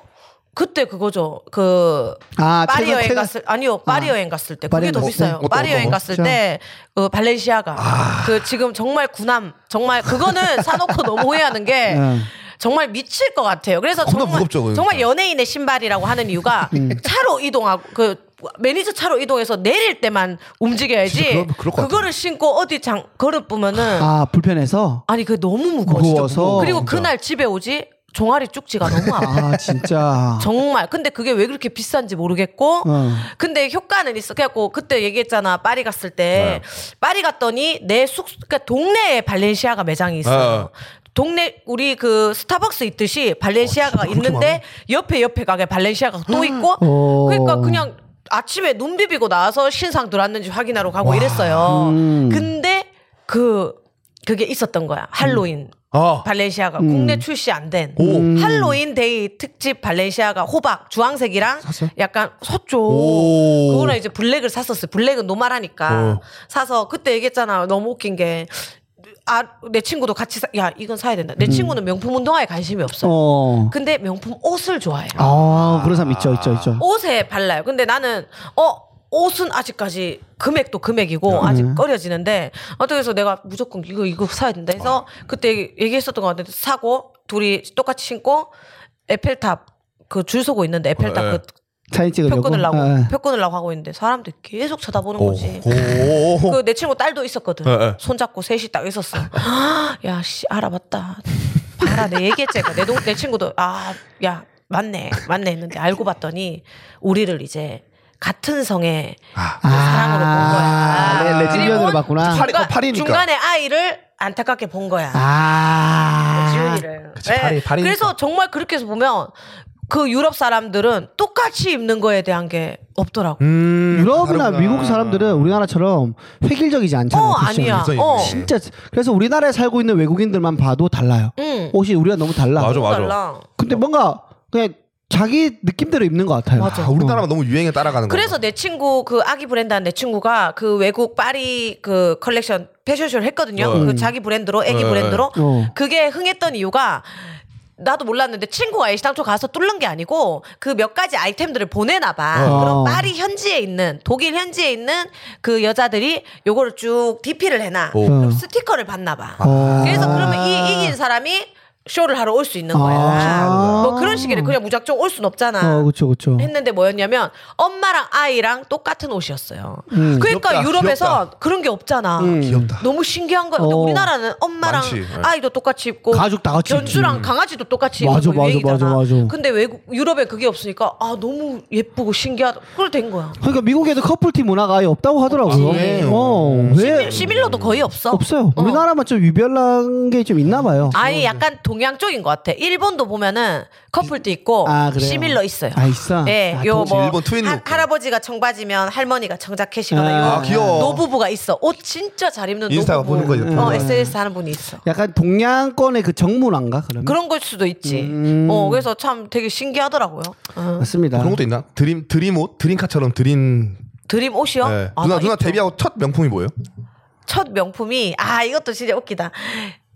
A: 그때 그거죠. 그
B: 아,
A: 파리
B: 최근-
A: 여행
B: 최근-
A: 갔을 아니요 파리
B: 아.
A: 여행 갔을 때
B: 파리
A: 그게 더
B: 여행
A: 비싸요.
B: 갔을
C: 때?
A: 파리
C: 어떤
A: 여행
C: 거?
A: 갔을 때 그 발렌시아가 그 지금 정말 구남 정말 그거는 사놓고 너무 후회하는 게.
B: 응.
A: 정말 미칠 것 같아요. 그래서
C: 겁나
A: 정말
C: 네. 무겁죠, 그거
A: 정말
C: 진짜. 음.
A: 연예인의 신발이라고 하는 이유가 차로 이동하고 그 매니저 차로 이동해서 내릴 때만 움직여야지
C: 진짜 그럴- 그럴 것 같아.
A: 그거를 신고 어디 장 걸을 뿌면은
B: 아, 불편해서?
A: 아니 그 너무 무거워. 진짜.
B: 무거워서.
A: 그리고
C: 진짜.
A: 그날 집에 오지 종아리 쪽지가 너무 아파.
B: 아, 진짜.
A: 정말. 근데 그게 왜 그렇게 비싼지 모르겠고.
B: 어.
A: 근데 효과는 있어. 그래갖고 그때 얘기했잖아. 파리 갔을
C: 네.
A: 때. 파리 갔더니 내 숙, 그러니까 동네에 발렌시아가 매장이 있어요.
C: 어.
A: 동네 우리 그 스타벅스 있듯이 발렌시아가
C: 어, 진짜 그렇게
A: 있는데 옆에 옆에 가게 발렌시아가 또 있고.
B: 어.
A: 그러니까 그냥 아침에 눈 비비고 나와서 신상 들어왔는지 확인하러 가고 이랬어요.
B: 음.
A: 근데 그 그게 있었던 거야. 할로윈.
C: 어.
A: 발렌시아가 국내 출시 안 된 할로윈 데이 특집 발렌시아가 호박 주황색이랑 약간 섰죠.
C: 오.
A: 그거랑 이제 블랙을 샀었어요. 블랙은 노말하니까
C: 어.
A: 사서 그때 얘기했잖아. 너무 웃긴 게. 아, 내 친구도 같이 사, 야, 이건 사야 된다. 내 친구는 명품 운동화에 관심이 없어. 요
B: 어.
A: 근데 명품 옷을 좋아해요.
B: 아, 그런 사람 있죠, 있죠, 있죠.
A: 옷에 발라요. 근데 나는 어 옷은 아직까지 금액도 금액이고 아직
C: 네.
A: 꺼려지는데 어떻게 해서 내가 무조건 이거 이거 사야 된다 해서
C: 아.
A: 그때 얘기했었던 것 같은데 사고 둘이 똑같이 신고 에펠탑 그 줄 서고 있는데 에펠탑
C: 어, 예.
A: 그
B: 사진 찍으려고.
A: 표 끊으려고
B: 아.
A: 표 끊으려고 하고 있는데 사람들이 계속 쳐다보는
C: 오.
A: 거지.
C: 오.
A: 그 내 친구 딸도 있었거든.
C: 예, 예.
A: 손잡고 셋이 딱 있었어. 야, 씨, 알아봤다. 봐라, 내 얘기했지. 그러니까 내, 동, 내 친구도, 아, 야, 맞네, 맞네 했는데 알고 봤더니 우리를 이제 같은 성의
C: 아.
A: 그 사랑으로 본
B: 아,
A: 거야.
B: 레- 레즈비언으로
A: 그리고
B: 봤구나.
A: 중간-
C: 팔이- 어, 팔이니까.
A: 중간에 아이를 안타깝게 본 거야.
B: 아.
A: 지훈이를.
C: 그치, 팔이- 팔이니까.
A: 그래서 정말 그렇게 해서 보면 그 유럽 사람들은 똑같이 입는 거에 대한 게 없더라고.
C: 음,
B: 유럽이나
C: 다르구나.
B: 미국 사람들은 우리나라처럼 획일적이지
C: 음,
B: 않잖아요.
A: 어,
B: 패션이.
A: 아니야.
C: 있어,
A: 어.
C: 있네.
B: 진짜 그래서 우리나라에 살고 있는 외국인들만 봐도 달라요.
A: 응.
B: 옷이 우리가 너무 달라.
C: 음. 어, 맞아, 맞아.
A: 달라.
B: 근데 뭔가 그냥 자기 느낌대로 입는 것 같아요.
A: 맞아.
C: 아, 우리나라만 너무 유행에 따라가는 거.
A: 그래서 내 친구 그 아기 브랜드 한내 친구가 그 외국 파리 그 컬렉션 패션쇼를 했거든요.
C: 네.
A: 그 자기 브랜드로 아기
C: 네.
A: 브랜드로
B: 어.
A: 그게 흥했던 이유가 나도 몰랐는데 친구가 애시당초 가서 뚫는 게 아니고 그 몇 가지 아이템들을 보내나 봐.
B: 어.
A: 그럼 파리 현지에 있는 독일 현지에 있는 그 여자들이 요거를 쭉 DP를 해놔.
C: 오. 아.
A: 그럼 스티커를 받나 봐.
B: 어.
A: 그래서 그러면 이 이긴 사람이 쇼를 하러 올 수 있는 거야.
B: 아.
A: 뭐 그런 식이래. 그냥 무작정 올 순 없잖아.
B: 어, 그렇죠, 그렇죠.
A: 했는데 뭐였냐면 엄마랑 아이랑 똑같은 옷이었어요.
B: 음,
A: 그러니까
C: 귀엽다,
A: 유럽에서
C: 귀엽다.
A: 그런 게 없잖아.
C: 귀엽다.
A: 너무 신기한 거야. 근데
B: 어.
A: 우리나라는 엄마랑
C: 많지, 네.
A: 아이도 똑같이 입고
B: 가족 다 같이
A: 연주랑
B: 입지. 음.
A: 강아지도 똑같이 입고
B: 맞아, 맞아,
A: 유행이잖아.
B: 맞아, 맞아.
A: 근데 외국 유럽에 그게 없으니까 아 너무 예쁘고 신기하다. 그걸 된 거야.
B: 그러니까 미국에도 커플팀 문화가 아예 없다고 하더라고요.
C: 없지.
B: 어, 왜
A: 시밀, 시밀러도 거의 없어.
B: 없어요?
A: 어.
B: 우리나라만 좀 유별난 게 좀 있나 봐요.
A: 아예 약간 동양 쪽인 것 같아. 일본도 보면은 커플도 있고
B: 아, 그래요?
A: 시밀러 있어요.
B: 아, 있어?
A: 예,
B: 아,
A: 요
B: 동시-
A: 뭐
C: 일본 트윈
A: 하,
C: 룩.
A: 할아버지가 청바지면 할머니가 청자켓이거나
B: 아,
A: 이런
C: 아, 귀여워.
A: 노부부가 있어. 옷 진짜 잘 입는
C: 인스타가
A: 노부부.
C: 보는 음. 거죠,
A: 어,
C: 또.
A: SNS 하는 분이 있어.
B: 약간 동양권의 그 정문화인가 그러면?
A: 그런 걸 수도 있지.
C: 음.
A: 어, 그래서 참 되게 신기하더라고요. 어.
B: 맞습니다.
C: 그런 것도 있나? 드림 드림 옷 드림카처럼 드림.
A: 드림 옷이요?
C: 네.
A: 아,
C: 누나
A: 나
C: 누나
A: 있죠.
C: 데뷔하고 첫 명품이 뭐예요?
A: 첫 명품이 아 이것도 진짜 웃기다.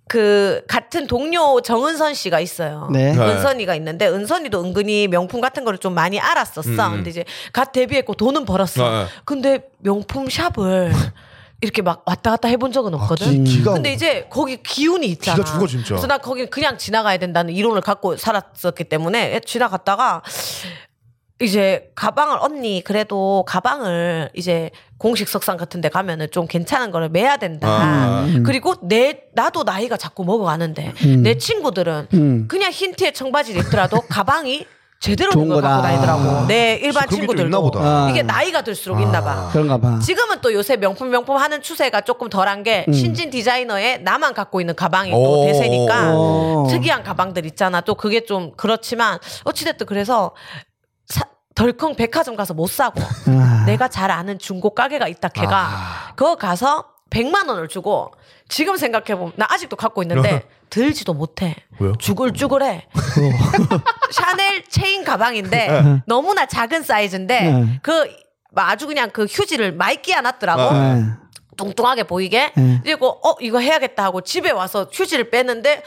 A: 그 같은 동료 정은선 씨가 있어요.
B: 네.
C: 네.
A: 은선이가 있는데 은선이도 은근히 명품 같은 거를 좀 많이 알았었어. 근데 이제 갓 데뷔했고 돈은 벌었어.
C: 네, 네.
A: 근데 명품 샵을 이렇게 막 왔다 갔다 해본 적은
B: 아,
A: 없거든.
C: 기- 기가
A: 근데 이제 거기 기운이 있잖아.
C: 기가 그러니까 죽어, 진짜.
A: 그래서 나 거기 그냥 지나가야 된다는 이론을 갖고 살았었기 때문에 지나갔다가 이제 가방을 언니 그래도 가방을 이제 공식 석상 같은 데 가면은 좀 괜찮은 거를 매야 된다.
C: 아.
A: 그리고 내 나도 나이가 자꾸 먹어가는데
C: 음.
A: 내 친구들은 그냥 흰 티에 청바지를 입더라도 가방이 제대로 된
B: 좋은
A: 걸 갖고
B: 거다.
A: 다니더라고. 내 일반
C: 그런 게좀
A: 친구들도
C: 있나 보다.
B: 아.
A: 이게 나이가 들수록 있나 봐.
B: 그런가 봐.
A: 지금은 또 요새 명품 명품 하는 추세가 조금 덜한 게 신진 디자이너의 나만 갖고 있는 가방이 또
C: 음. 오.
A: 대세니까
B: 오.
A: 특이한 가방들 있잖아. 또 그게 좀 그렇지만 어찌됐든 그래서 사- 덜컹 백화점 가서 못 사고
B: 아.
A: 내가 잘 아는 중고 가게가 있다 걔가
C: 아.
A: 그거 가서 100만 원을 주고 지금 생각해보면 나 아직도 갖고 있는데 들지도 못해
C: 어. 왜요?
A: 주글주글해 샤넬 체인
C: 네.
A: 가방인데 너무나 작은 사이즈인데
B: 네.
A: 그 아주 그냥 그 휴지를 많이 끼워놨더라고
C: 네.
B: 네.
A: 뚱뚱하게 보이게
B: 네.
A: 그리고 어 이거 해야겠다 하고 집에 와서 휴지를 빼는데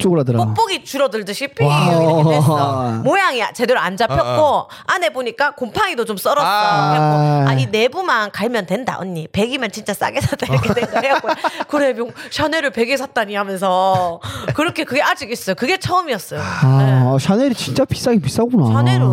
B: 쪼그라들어.
A: 뽁뽁이 줄어들듯이 삐
B: 네. 와. 아.
A: 이렇게 됐어. 모양이 제대로 안 잡혔고 안에 보니까 곰팡이도 좀 썰었어.
C: 아.
A: 아, 아이 내부만 갈면 된다 언니. 100이면 진짜 싸게 샀다 이렇게 생각해갖고
C: 아.
A: 그래 명- 샤넬을 100에 샀다니 하면서 그렇게 그게 아직 있어요. 그게 처음이었어요.
B: 아, 샤넬이 진짜 비싸긴 비싸구나.
A: 네.
B: 아,
A: 샤넬은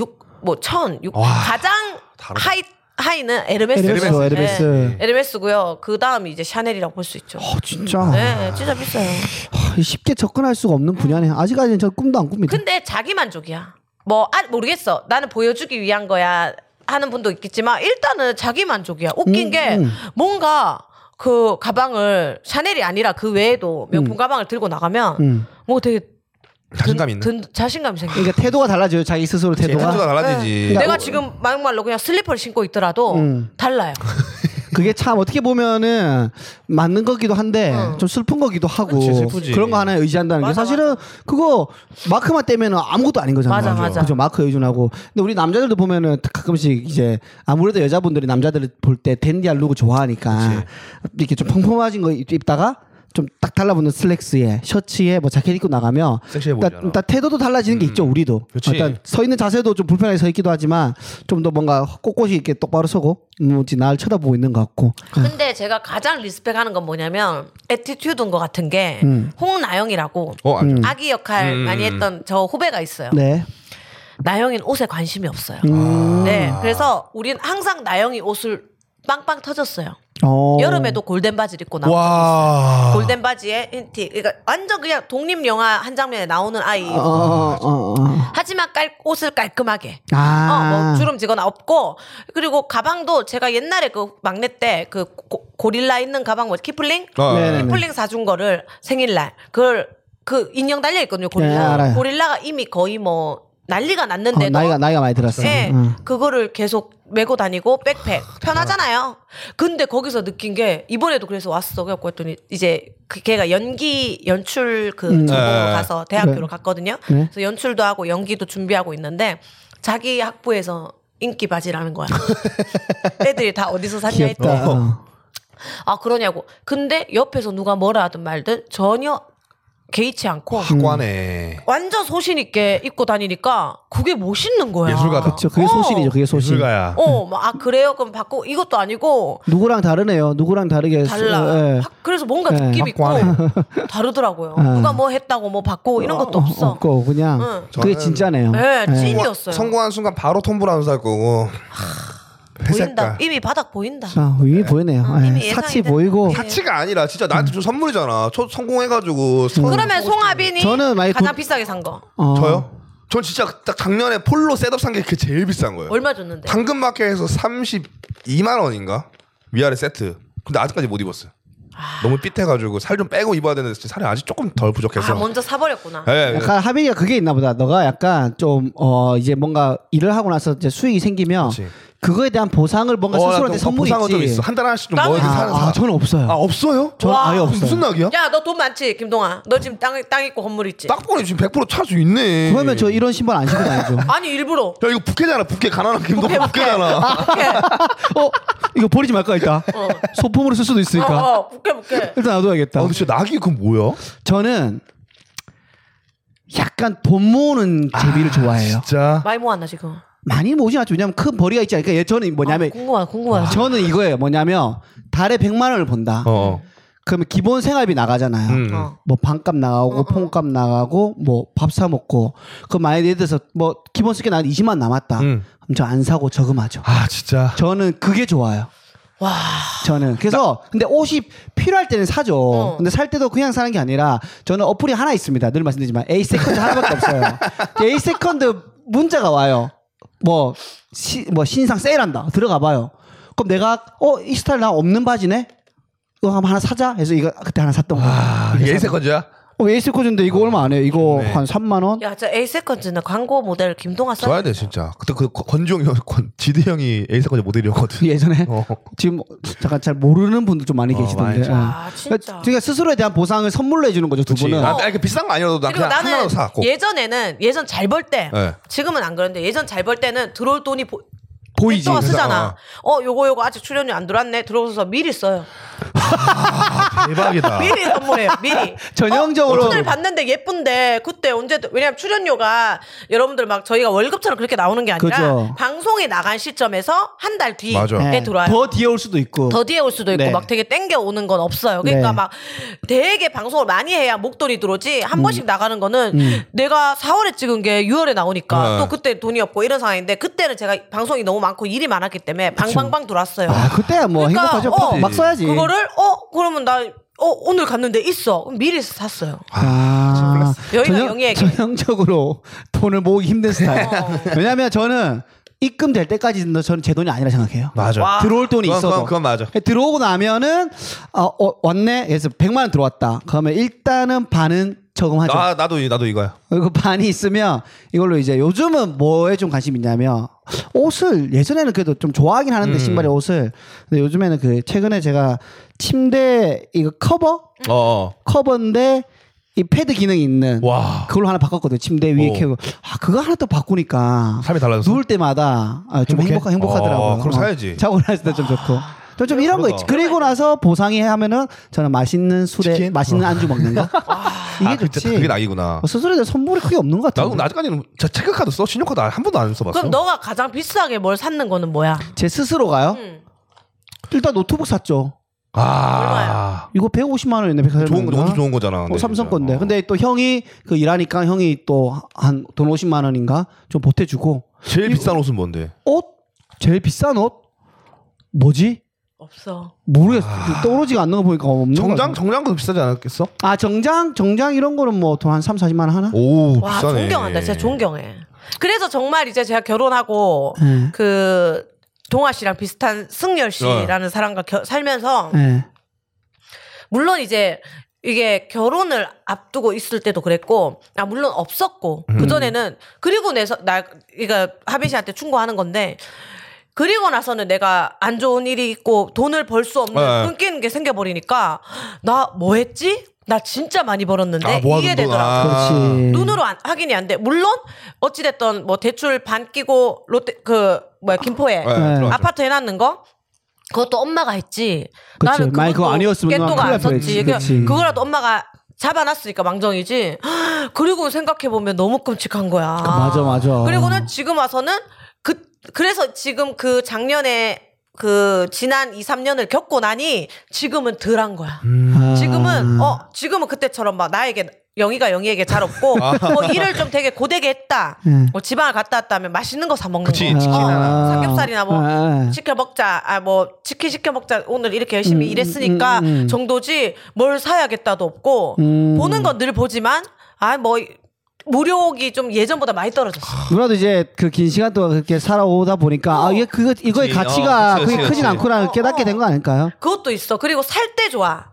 A: 6뭐1000 6
C: 와,
A: 가장
C: 다르다.
A: 하이 하이는 에르메스 네.
B: 에르메스, 에르메스.
A: 에르메스고요. 그 다음이 이제 샤넬이라고 볼 수 있죠.
B: 어, 진짜
A: 네, 진짜 비싸요.
B: 하, 쉽게 접근할 수가 없는 분야네. 아직까지는 저 꿈도 안 꿉니다.
A: 근데 자기 만족이야. 뭐 아, 모르겠어. 나는 보여주기 위한 거야 하는 분도 있겠지만 일단은 자기 만족이야. 웃긴 게 뭔가 그 가방을 샤넬이 아니라 그 외에도 명품 가방을 들고 나가면 뭐 되게
C: 자신감 있는.
A: 든, 자신감이 생겨.
B: 그러니까 태도가 달라져요. 자기 스스로
C: 한주가
B: 태도가.
C: 달라지지.
B: 네.
A: 내가 지금 막말로 그냥 슬리퍼를 신고 있더라도 달라요.
B: 그게 참 어떻게 보면은 맞는 거기도 한데 좀 슬픈 거기도 하고
C: 그치, 슬프지.
B: 런거 하나 의지한다는
A: 어. 맞아,
B: 게 사실은 그거 마크만 떼면은 아무것도 아닌 거잖아요.
A: 맞아, 맞아.
B: 그죠 마크 의존하고. 근데 우리 남자들도 보면은 가끔씩 이제 아무래도 여자분들이 남자들을 볼 때 댄디한 룩을 좋아하니까 이렇게 좀 펑펑해진 거 입- 입다가 좀 딱 달라붙는 슬랙스에 셔츠에 뭐 자켓 입고 나가면
C: 섹시해
B: 일단-
C: 보이잖아. 음.
B: 일단 태도도 달라지는 게 있죠 우리도
C: 그치.
B: 일단 서 있는 자세도 좀 불편하게 서 있기도 하지만 좀 더 뭔가 꼿꼿이 이렇게 똑바로 서고 뭐지 나를 쳐다보고 있는 것 같고
A: 근데 제가 가장 리스펙하는 건 뭐냐면 에티튜드인 것 같은 게 홍나영이라고
C: 어, 알죠.
A: 아기 역할
C: 음.
A: 많이 했던 저 후배가 있어요.
B: 네
A: 나영이는 옷에 관심이 없어요.
B: 음.
A: 네, 그래서 우린 항상 나영이 옷을 빵빵 터졌어요.
B: 어.
A: 여름에도 골덴 바지를 입고
B: 음.
A: 나와.
C: 와.
A: 골덴 바지에 흰티. 그러니까 완전 그냥 독립 영화 한 장면에 나오는 아이.
B: 어, 어, 어, 어.
A: 하지만 깔, 옷을 깔끔하게.
B: 아.
A: 어, 뭐 주름지거나 없고 그리고 가방도 제가 옛날에 그 막내 때 그 고릴라 있는 가방 뭐 키플링
C: 어,
B: 네네.
A: 키플링 사준 거를 생일날 그걸 그 인형 달려 있거든요
B: 네,
A: 고릴라
B: 알아요.
A: 고릴라가 이미 거의 뭐 난리가
B: 어,
A: 났는데도
B: 나이가 음. 나이가 많이 들었어
A: 예
B: 응.
A: 그거를 계속 메고 다니고
B: 아,
A: 백팩 편하잖아요 근데 거기서 느낀 게 이번에도 그래서 왔어 그래갖고 했더니 이제 그 걔가 연기 연출 그 전공으로
C: 네.
A: 가서 대학교로
B: 음. 네.
A: 갔거든요
B: 네.
A: 그래서 연출도 하고 연기도 준비하고 있는데 자기 학부에서 인기 바지라는 거야 애들이 다 어디서 샀냐 했더니
B: 귀엽다 어.
A: 아 그러냐고 근데 옆에서 누가 뭐라 하든 말든 전혀 개의치 않고
C: 학과네.
A: 완전 소신 있게 입고 다니니까 그게 멋있는 거야.
C: 예술가다.
B: 그쵸 그게 소신이죠 그게 소신
C: 예술가야.
A: 어, 막, 아 그래요? 그럼 받고 이것도 아니고
B: 누구랑 다르네요 누구랑 다르게 어,
A: 달라.
B: 예.
A: 확- 그래서 뭔가
B: 예,
A: 느낌 있고
C: 확고하네.
A: 다르더라고요.
B: 예.
A: 누가 뭐 했다고 뭐 받고 이런 것도
B: 어,
A: 없어.
B: 없고 그냥
A: 응.
B: 그게
C: 저는-
B: 진짜네요
A: 예, 찐이었어요.
C: 성공한 순간 바로 톰브라운 살 거고.
A: 보인다.
C: 회색깔.
A: 이미 바닥 보인다.
B: 자 이미 보이네요
A: 어,
B: 예.
A: 이미 예상이
B: 사치
A: 됐-
B: 보이고
A: 예.
C: 사치가 아니라 진짜 나한테 좀 선물이잖아. 저 성공해가지고. 선-
A: 그러면 송하빈이
B: 저는 많이
A: 가장
B: 돈-
A: 비싸게 산 거
B: 어.
C: 저요? 전 진짜 딱 작년에 폴로 셋업 산 게 그 제일 비싼 거예요.
A: 얼마 줬는데? 아,
C: 당근마켓에서 32만 원인가 위아래 세트. 근데 아직까지 못 입었어요. 너무 삐태가지고 살 좀 빼고 입어야 되는데 진짜 살이 아직 조금 덜 부족해서.
A: 아 먼저 사버렸구나.
C: 예, 예.
B: 약간 하빈이가 그게 있나 보다. 너가 약간 좀, 어, 이제 뭔가 일을 하고 나서 이제 수익이 생기면
C: 그치.
B: 그거에 대한 보상을 뭔가
C: 어,
B: 스스로한테
C: 약간
B: 선물이
C: 보상은 좀
B: 있지.
C: 있어. 한 달에 하나씩 좀
A: 나는-
C: 뭐 이렇게
B: 아,
C: 사는
B: 아, 저는 없어요.
C: 아 없어요?
B: 저는 아예
C: 와,
B: 없어요.
C: 무슨 낙이야?
A: 야 너 돈 많지 김동아. 너 지금 땅, 땅 있고 건물 있지.
C: 딱 보니 지금 100% 찰수 있네.
B: 그러면 저 이런 신발 안 신고 다니죠.
A: 아니 일부러.
C: 야 이거 부캐잖아. 부캐 가난한 김도
A: 부캐, 부캐.
C: 부캐잖아.
A: 부캐.
B: 어, 이거 버리지 말까 일단. 어. 소품으로 쓸 수도 있으니까.
A: 어, 어, 부캐 부캐.
B: 일단
C: 아
B: 놔둬야겠다.
C: 근데 진짜 낙이 그 뭐야?
B: 저는 약간 돈 모으는 재미를 좋아해요.
C: 진짜
A: 많이 모았나 지금? 아,
B: 많이 모으진 않죠. 왜냐면 큰 벌이가 있지 않으니까 얘 저는 뭐냐면 아,
A: 궁금하 궁금하.
B: 저는 이거예요. 뭐냐면 달에 100만 원을 번다.
C: 어.
B: 그러면 기본 생활비 나가잖아요.
C: 음.
A: 어.
B: 뭐 방값 나가고 폰값 나가고 뭐 밥 사 먹고 그럼 만약에 예를 들어서 뭐 기본 쓸게 난 20만 남았다.
C: 음.
B: 그럼 저 안 사고 저금하죠.
C: 아 진짜.
B: 저는 그게 좋아요.
A: 와.
B: 저는 그래서 근데 옷이 필요할 때는 사죠.
A: 어.
B: 근데 살 때도 그냥 사는 게 아니라 저는 어플이 하나 있습니다. 늘 말씀드리지만 A 세컨드 하나밖에 없어요. A 세컨드 문자가 와요. 뭐, 시, 뭐 신상 세일한다. 들어가 봐요. 그럼 내가 어 이 스타일 나 없는 바지네. 이거 한번 하나 사자. 해서 이거 그때 하나 샀던 거.
C: 아 예세 건지야?
B: 어, A 세컨드인데 이거 얼마 안 해요. 이거
C: 좋네.
B: 한 3만 원.
A: 야, 저 A 세컨즈는 광고 모델 김동아 써.
C: 좋아야 돼 진짜. 그때 그 권- 권지용 형, 권, 지드 형이 예세 건지 모델이었거든.
B: 예전에
C: 어.
B: 지금 잠깐 잘 모르는 분들 좀 많이
C: 어,
B: 계시던데.
C: 많이
A: 아,
B: 예.
A: 진짜.
B: 그러니까 스스로에 대한 보상을 선물로 해주는 거죠 두
C: 그치.
B: 분은.
C: 아, 아니, 그 비싼 거 아니라도 나
A: 그리고
C: 그냥
A: 나는
C: 하나로 사. 꼭.
A: 예전에는 예전 잘 벌 때,
C: 네.
A: 지금은 안 그런데 예전 잘 벌 때는 들어올 돈이 보,
B: 보이지.
A: 백도가 쓰잖아. 어, 요거 요거 아직 출연료 안 들어왔네. 들어오셔서 미리 써요.
C: 아, 대박이다.
A: 미리 선물해요. 미리.
B: 전형적으로.
A: 어, 오늘 봤는데 예쁜데 그때 언제 왜냐면 출연료가 여러분들 막 저희가 월급처럼 그렇게 나오는 게 아니라
B: 그죠.
A: 방송에 나간 시점에서 한 달 뒤에
C: 맞아.
B: 예.
A: 들어와요.
B: 더 뒤에 올 수도 있고.
A: 더 뒤에 올 수도 있고
B: 네.
A: 막 되게 땡겨 오는 건 없어요. 그러니까
B: 네.
A: 막 되게 방송을 많이 해야 목돈이 들어오지
B: 음.
A: 한 번씩 나가는 거는 내가 4월에 찍은 게 6월에 나오니까
C: 네.
A: 또 그때 돈이 없고 이런 상황인데 그때는 제가 방송이 너무 많고 일이 많았기 때문에 방방방 돌았어요.
B: 아, 그때야 뭐
A: 그러니까,
B: 행복하죠.
A: 어,
B: 막 써야지.
A: 그거를 어 그러면 나 어 오늘 갔는데 있어 그럼 미리 샀어요.
B: 아,
A: 여기가 영예에게.
B: 전형적으로 돈을 모으기 힘든 스타일.
A: 어.
B: 왜냐면 저는 입금될 때까지는 저는 제 돈이 아니라 생각해요.
C: 맞아.
A: 와.
B: 들어올 돈이
C: 그건-
B: 있어도.
C: 그건- 그건 맞아.
B: 네, 들어오고 나면은 아, 어, 왔네. 그래서 100만 원 들어왔다. 그러면 일단은 반은 저금하죠.
C: 아 나도 이- 나도 이거야.
B: 그리고 반이 있으면 이걸로 이제 요즘은 뭐에 좀 관심 이 있냐면 옷을 예전에는 그래도 좀 좋아하긴
C: 음.
B: 하는데 신발에 옷을 근데 요즘에는 그 최근에 제가 침대 이거 커버
C: 어, 어.
B: 커버인데 이 패드 기능이 있는
C: 와.
B: 그걸로 하나 바꿨거든요 침대 위에
C: 오.
B: 켜고 아 그거 하나 또 바꾸니까
C: 삶이 달라졌어?
B: 누울 때마다 아, 좀
C: 행복해?
B: 행복하, 행복하더라고요
C: 어, 그럼
B: 어,
C: 사야지.
B: 자고 났을 때 좀 좋고 좀, 좀 이런 거
C: 그러다.
B: 있지 그리고 나서 보상이 하면은 저는 맛있는 술에
C: 치킨? 어.
B: 맛있는 안주 먹는 거 이게
C: 아,
B: 좋지
C: 진짜 그게 낙이구나.
B: 어, 스스로에 선물이 크게 없는 것 같아요.
C: 나도 아직까지는 제 체크카드 써 신용카드 한 번도 안 써봤어.
A: 그럼 너가 가장 비싸게 뭘 샀는 거는 뭐야?
B: 제 스스로가요?
A: 음.
B: 일단 노트북 샀죠.
C: 아
B: 이거 150만 원이네. 백화점
C: 좋은 거 너무 좋은 거잖아. 근데
B: 삼성
C: 진짜.
B: 건데.
C: 어.
B: 근데 또 형이 그 일하니까 형이 또 한 돈 50만 원인가 좀 보태주고
C: 제일 비싼 옷은 뭔데?
B: 옷 제일 비싼 옷 뭐지?
A: 없어.
B: 모르겠어. 떨어지가 않는 거 보니까 없는 거
C: 아. 정장
B: 같아.
C: 정장도 비싸지 않았겠어?
B: 아 정장 정장 이런 거는 뭐 돈 한 3, 40만 원 하나?
C: 오
A: 와
C: 어, 비싸네.
A: 존경한다. 진짜 존경해. 그래서 정말 이제 제가 결혼하고
B: 네.
A: 그 동아 씨랑 비슷한 승열
C: 어.
A: 씨라는 사람과 겨- 살면서
B: 예.
A: 물론 이제 이게 결혼을 앞두고 있을 때도 그랬고 아 물론 없었고
C: 음.
A: 그 전에는 그리고 내서 나 그러니까 하빈 씨한테 충고하는 건데 그리고 나서는 내가 안 좋은 일이 있고 돈을 벌 수 없는
C: 네.
A: 끊기는 게 생겨버리니까 나 뭐 했지? 나 진짜 많이 벌었는데
C: 아, 모아둔
A: 네, 이게
C: 돈.
A: 되더라고.
C: 아.
B: 그렇지.
A: 눈으로 안- 확인이 안 돼. 물론 어찌 됐던 뭐 대출 반 끼고 롯데 그 뭐야 김포에
C: 네,
B: 네.
C: 들어가죠.
A: 아파트 해놨는 거 그것도 엄마가 했지.
B: 그치. 만약에 그거
A: 그것도
B: 아니었으면 누나
A: 깨또가
B: 큰일
A: 안
B: 날 뻔했지.
A: 썼지. 그
B: 그치.
A: 그거라도 엄마가 잡아놨으니까 망정이지. 그리고 생각해 보면 너무 끔찍한 거야.
B: 그 맞아, 맞아.
A: 그리고는 지금 와서는 그 그래서 지금 그 작년에 그 지난 2, 3년을 겪고 나니 지금은 덜한 거야.
C: 음.
B: 아.
A: 지금은 어 지금은 그때처럼 막 나에게 영희가 영희에게 잘 없고
B: 아.
A: 뭐 일을 좀 되게 고되게 했다.
B: 음.
A: 뭐 지방을 갔다 왔다 하면 맛있는 거 사 먹는
C: 그치,
A: 거.
C: 치킨
A: 어,
C: 하나.
A: 삼겹살이나 뭐
B: 아, 아.
A: 시켜 먹자. 아 뭐 치킨 시켜 먹자. 오늘 이렇게 열심히 일했으니까
B: 음, 음.
A: 정도지 뭘 사야겠다도 없고
B: 음.
A: 보는 건 늘 보지만 아 뭐 무력이 좀 예전보다 많이 떨어졌어.
B: 누나도 이제 그 긴 시간 동안 그렇게 살아오다 보니까 아 이게 그거 이거의
C: 그치.
B: 가치가
C: 어, 그치,
B: 그게
C: 그치,
B: 크진
C: 그치.
B: 않구나
A: 어,
B: 깨닫게
A: 어.
B: 된 거 아닐까요?
A: 그것도 있어. 그리고 살 때 좋아.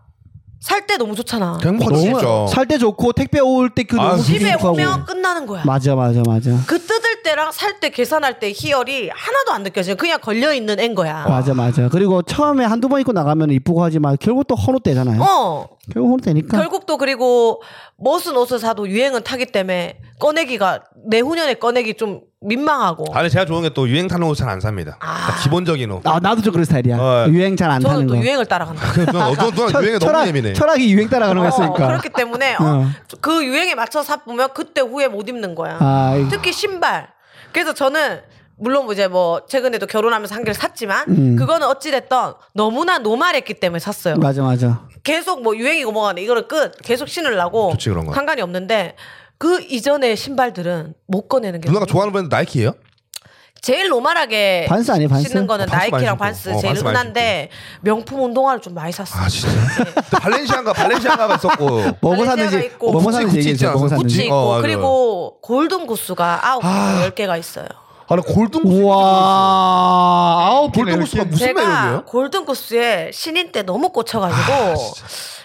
A: 살 때 너무 좋잖아. 뭐
C: 행복하죠 진짜.
B: 살 때 좋고 택배 올 때 그
C: 아,
B: 네. 너무
A: 집에
B: 행복하고.
A: 오면 끝나는 거야.
B: 맞아 맞아 맞아.
A: 그 뜯을 때랑 살 때 계산할 때 희열이 하나도 안 느껴져. 그냥 걸려 있는 앤 거야.
B: 맞아 맞아. 그리고 처음에 한두 번 입고 나가면 이쁘고 하지만 결국 또 헌옷대잖아요.
A: 어.
B: 결국 헌옷대니까.
A: 결국 또 그리고 멋은 옷을 사도 유행은 타기 때문에 꺼내기가 내후년에 꺼내기 좀 민망하고.
C: 아, 근데 제가 좋은 게 또 유행 타는 옷 잘 안 삽니다.
A: 아.
C: 그러니까 기본적인 옷.
B: 아 나도 좀 그런 스타일이야.
C: 어.
B: 유행 잘 안 타는
A: 예. 저는 또
B: 거.
A: 유행을 따라가는 거야.
C: 누나, 어, 누나, 누나
B: 철-
C: 유행에
B: 철학-
C: 너무 예민해.
B: 철학이 유행 따라가는
A: 어,
B: 거였으니까.
A: 그렇기 때문에 어,
B: 어.
A: 그 유행에 맞춰 사 보면 그때 후회 못 입는 거야.
B: 아, 이-
A: 특히 신발. 그래서 저는 물론 뭐 이제 뭐 최근에도 결혼하면서 한 개를 샀지만
B: 음.
A: 그거는 어찌 됐던 너무나 노말했기 때문에 샀어요.
B: 맞아 맞아.
A: 계속 뭐 유행이고 뭐가 네 이거를 끝 계속 신으려고
C: 좋지, 그런 거.
A: 상관이 없는데 그 이전의 신발들은 못 꺼내는 게
C: 누나가 좋아하는 브랜드 나이키예요?
A: 제일 노말하게
B: 반스 아니에요, 반스?
A: 신는 거는
C: 어, 반스 많이
A: 나이키랑
C: 신고.
A: 반스
C: 어,
A: 제일
C: 반스 많이
A: 흔한데 명품 운동화를 좀 많이 샀어.
C: 아 진짜. 발렌시아가 발렌시아가가 있었고.
B: 뭐뭐
A: 발렌시아가
B: 샀는지
A: 있고.
B: 뭐뭐
C: 구찌,
B: 샀는지
C: 구찌
B: 얘기해줘.
C: 있지
B: 뭐뭐
C: 않았어?
A: 구찌
B: 샀는지.
A: 있고
C: 어, 맞아요.
A: 그리고 골든 구스가 아홉 개, 열 개가 있어요.
C: 아, 나 골든
B: 우와. 아우
C: 골든구스가 무슨 매력이에요? 아,
A: 제가 골든 구스에 신인 때 너무 꽂혀가지고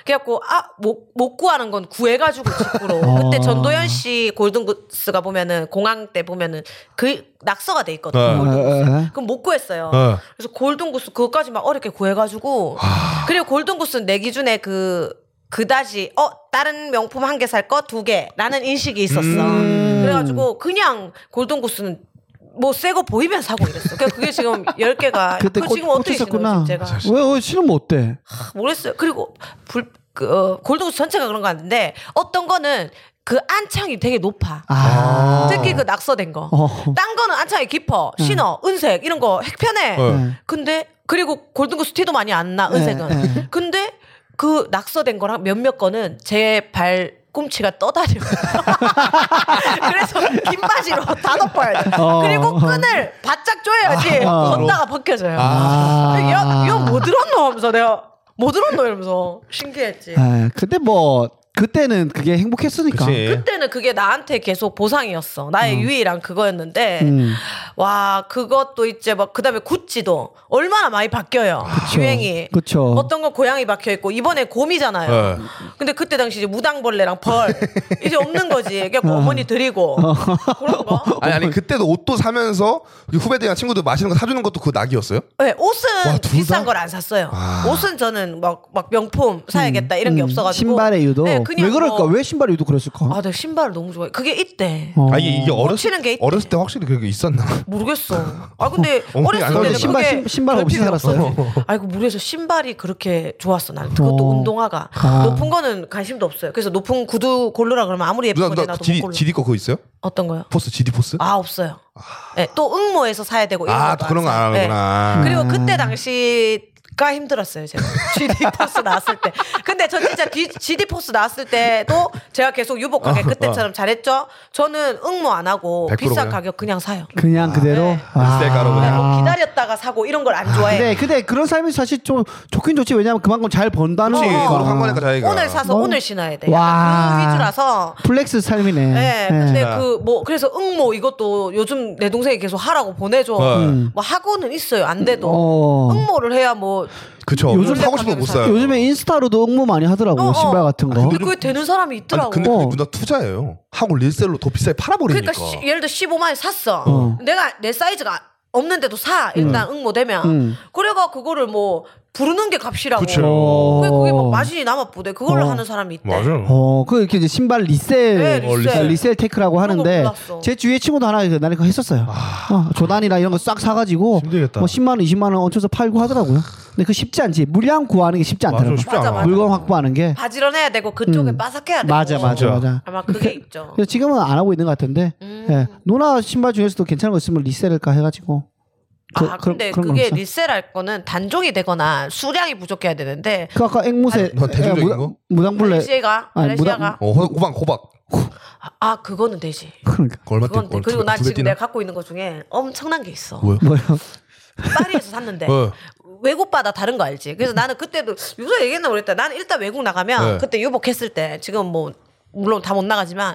A: 그래갖고 아못 못 구하는 건 구해가지고 집으로
C: 어.
A: 그때 전도연 씨 골든 구스가 보면은 공항 때 보면은 그 낙서가 돼 있거든요.
C: 네.
A: 골든 구스.
B: 네.
A: 그럼 못 구했어요.
C: 네.
A: 그래서 골든 구스 그것까지 막 어렵게 구해가지고
B: 아.
A: 그리고 골든 구스는 내 기준에 그 그다지 어 다른 명품 한 개 살 거 두 개라는 인식이 있었어.
B: 음.
A: 그래가지고 그냥 골든 구스는 뭐 새 거 보이면 사고 이랬어. 그러니까 그래서 그게 지금 열 개가
B: 그때
A: 그거
B: 꽂-
A: 지금 어떻게 신어요,
B: 꽂혔었구나.
A: 지금 제가
B: 왜왜 신으면 어때?
A: 아, 모르겠어요. 그리고 불, 그, 어, 골든구스 전체가 그런 거 아닌데 어떤 거는 그 안창이 되게 높아.
B: 아.
C: 네.
A: 특히 그 낙서된 거.
B: 어.
A: 딴 거는 안창이 깊어. 신어, 은색 이런 거 핵편해.
B: 어.
C: 네.
A: 근데 그리고 골든구스 티도 많이 안 나 은색은.
B: 네, 네.
A: 근데 그 낙서된 거랑 몇몇 거는 제 발 꿈치가 떠다녀. 그래서 긴 바지로 다 덮어야 돼.
B: 어.
A: 그리고 끈을 바짝 조여야지
B: 어.
A: 걷다가 벗겨져요.
B: 아.
A: 야, 야, 뭐 들었노? 하면서 내가, 뭐 들었노? 이러면서 신기했지.
B: 아, 근데 뭐 그때는 그게 행복했으니까.
C: 그치.
A: 그때는 그게 나한테 계속 보상이었어. 나의 유일한 그거였는데,
B: 음.
A: 와, 그것도 이제 막, 그 다음에 구찌도 얼마나 많이 바뀌어요. 유행이.
B: 그쵸.
A: 어떤 건 고양이 박혀있고, 이번에 곰이잖아요.
C: 네.
A: 근데 그때 당시 이제 무당벌레랑 벌. 이제 없는 거지. 그러니까 그냥 어머니 드리고. 그런 거.
C: 아니 아니 그때도 옷도 사면서 후배들이랑 친구들 마시는 거 사주는 것도 그 낙이었어요?
A: 네, 옷은
C: 와, 둘 다?
A: 비싼 걸 안 샀어요.
B: 아.
A: 옷은 저는 막, 막 명품 사야겠다 이런 게 없어가지고.
B: 음. 신발의 유도.
A: 네,
B: 왜 그럴까?
A: 뭐-
B: 왜 신발의 유도 그랬을까?
A: 아, 내가 신발을 너무 좋아해. 그게 이때.
B: 어.
C: 아 이게 이게 어렸을
A: 꽂히는 게 있대.
C: 어렸을 때 확실히 그게 있었나? 봐요.
A: 모르겠어. 아, 근데
C: 어머니
A: 어렸을
C: 안
A: 때는
C: 사오셨어요?
B: 신발,
A: 그게
B: 신- 신발 없이
A: 별필요 없었지.
B: 살았어요?
A: 아이고, 모르겠어. 신발이 그렇게 좋았어, 난. 그것도
B: 어.
A: 운동화가.
B: 아.
A: 높은 거는 관심도 없어요. 그래서 높은 구두 고르라 그러면 아무리 예쁜
C: 누나
A: 건데
C: 누나
A: 나도
C: GD
A: 못 골라.
C: GD 거 그거 있어요?
A: 어떤 거요?
C: 포스 GD 포스?
A: 아, 없어요. 네, 또 응모해서 사야 되고. 이런
C: 아,
A: 것도
C: 또 그런 거
A: 사요.
C: 안
A: 네.
C: 하는구나. 음.
A: 그리고 그때 당시가 힘들었어요, 제가. GD 포스 나왔을 때. 근데 저 진짜 디- GD 포스 나왔을 때도 제가 계속 유복하게 그때처럼 잘했죠? 저는 응모 안 하고
C: 아, 백프로
A: 비싼
C: 그냥?
A: 가격 그냥 사요.
B: 그냥 그대로.
A: 네.
B: 아. 네,
C: 글쎄가로
A: 네,
C: 그냥.
A: 뭐 기다렸다가 사고 이런 걸 안 좋아해.
B: 근데 근데 그런 삶이 사실 좀 좋긴 좋지 왜냐면 그만큼 잘
A: 어,
B: 번다는
C: 그렇지,
B: 거니까.
C: 노력한 거니까 자기가.
A: 아. 오늘 사서
B: 뭐.
A: 오늘 신어야 돼.
B: 와.
A: 약간 그 위주라서.
B: 플렉스 삶이네.
A: 네, 근데
B: 예.
A: 그 뭐 그래서 응모 이것도 요즘 내 동생이 계속 하라고 보내줘.
C: 음.
A: 뭐 하고는 있어요. 안 돼도
B: 어.
A: 응모를 해야 뭐
C: 그쵸.
B: 요즘
C: 요즘 사고 싶어 못 사요.
B: 요즘에 인스타로도 응모 많이 하더라고요
A: 어, 어.
B: 뭐 신발 같은
C: 아,
B: 거.
A: 근데 그게 되는 사람이
C: 아니,
A: 있더라고.
C: 근데
B: 어.
C: 그게 누나 투자예요. 하고 릴셀로 더 비싸게 팔아버리니까.
A: 그러니까 시- 예를 들어 15만 원 샀어.
B: 어.
A: 내가 내 사이즈가 없는데도 사. 일단 응모되면.
B: 음.
A: 그래가 그거를 뭐 부르는 게 값이라고.
C: 그쵸.
B: 어.
A: 그게 그게 막 마진이 남아보대. 그걸
B: 어.
A: 하는 사람이 있대.
C: 맞아. 요
B: 어, 그 이렇게 이제 신발 리셀,
A: 네, 리셀.
B: 어, 리셀. 리셀 테크라고
A: 그런 거
B: 하는데
A: 몰랐어.
B: 제 주위에 친구도 하나 그 날에 그거 했었어요. 어, 조단이나 이런 거 싹 사가지고
C: 아, 힘들겠다.
B: 뭐 10만 원, 20만 원 얹혀서 팔고 하더라고요. 근데 그 쉽지 않지. 물량 구하는 게 쉽지 않더라고.
C: 맞아
B: 요
C: 쉽지
A: 맞아,
C: 않아.
A: 맞아.
B: 물건 확보하는 게
A: 바지런해야 되고 그쪽에 빠삭해야 되고.
B: 음. 맞아, 맞아, 맞아.
A: 아마 그게 있죠. 음.
B: 그래서 지금은 안 하고 있는 것 같은데 예. 누나 신발 중에서도 괜찮은 거 있으면 리셀을까 해가지고. 그-
A: 아
B: 그런-
A: 근데
B: 그런 건
A: 그게
B: 없어?
A: 리셀할 거는 단종이 되거나 수량이 부족해야 되는데
B: 그 아까 앵무새
C: 너뭐 대중적인
B: 예, 무당-
C: 거?
B: 무당불레
A: 발레시아가
B: 아니,
A: 발레시아가
C: 어, 호- 호박 호박.
A: 아 그거는 되지.
B: 그러니까
C: 그거 얼마
A: 그건
C: 때?
A: 돼. 그리고 난 지금 내가 갖고 있는 것 중에 엄청난 게 있어.
C: 뭐요?
B: 뭐야?
A: 파리에서 샀는데
C: 어.
A: 외국바다 다른 거 알지? 그래서 나는 그때도 유서 얘기했나 모르겠다. 나는 일단 외국 나가면
C: 네.
A: 그때 유복했을 때 지금 뭐 물론 다 못 나가지만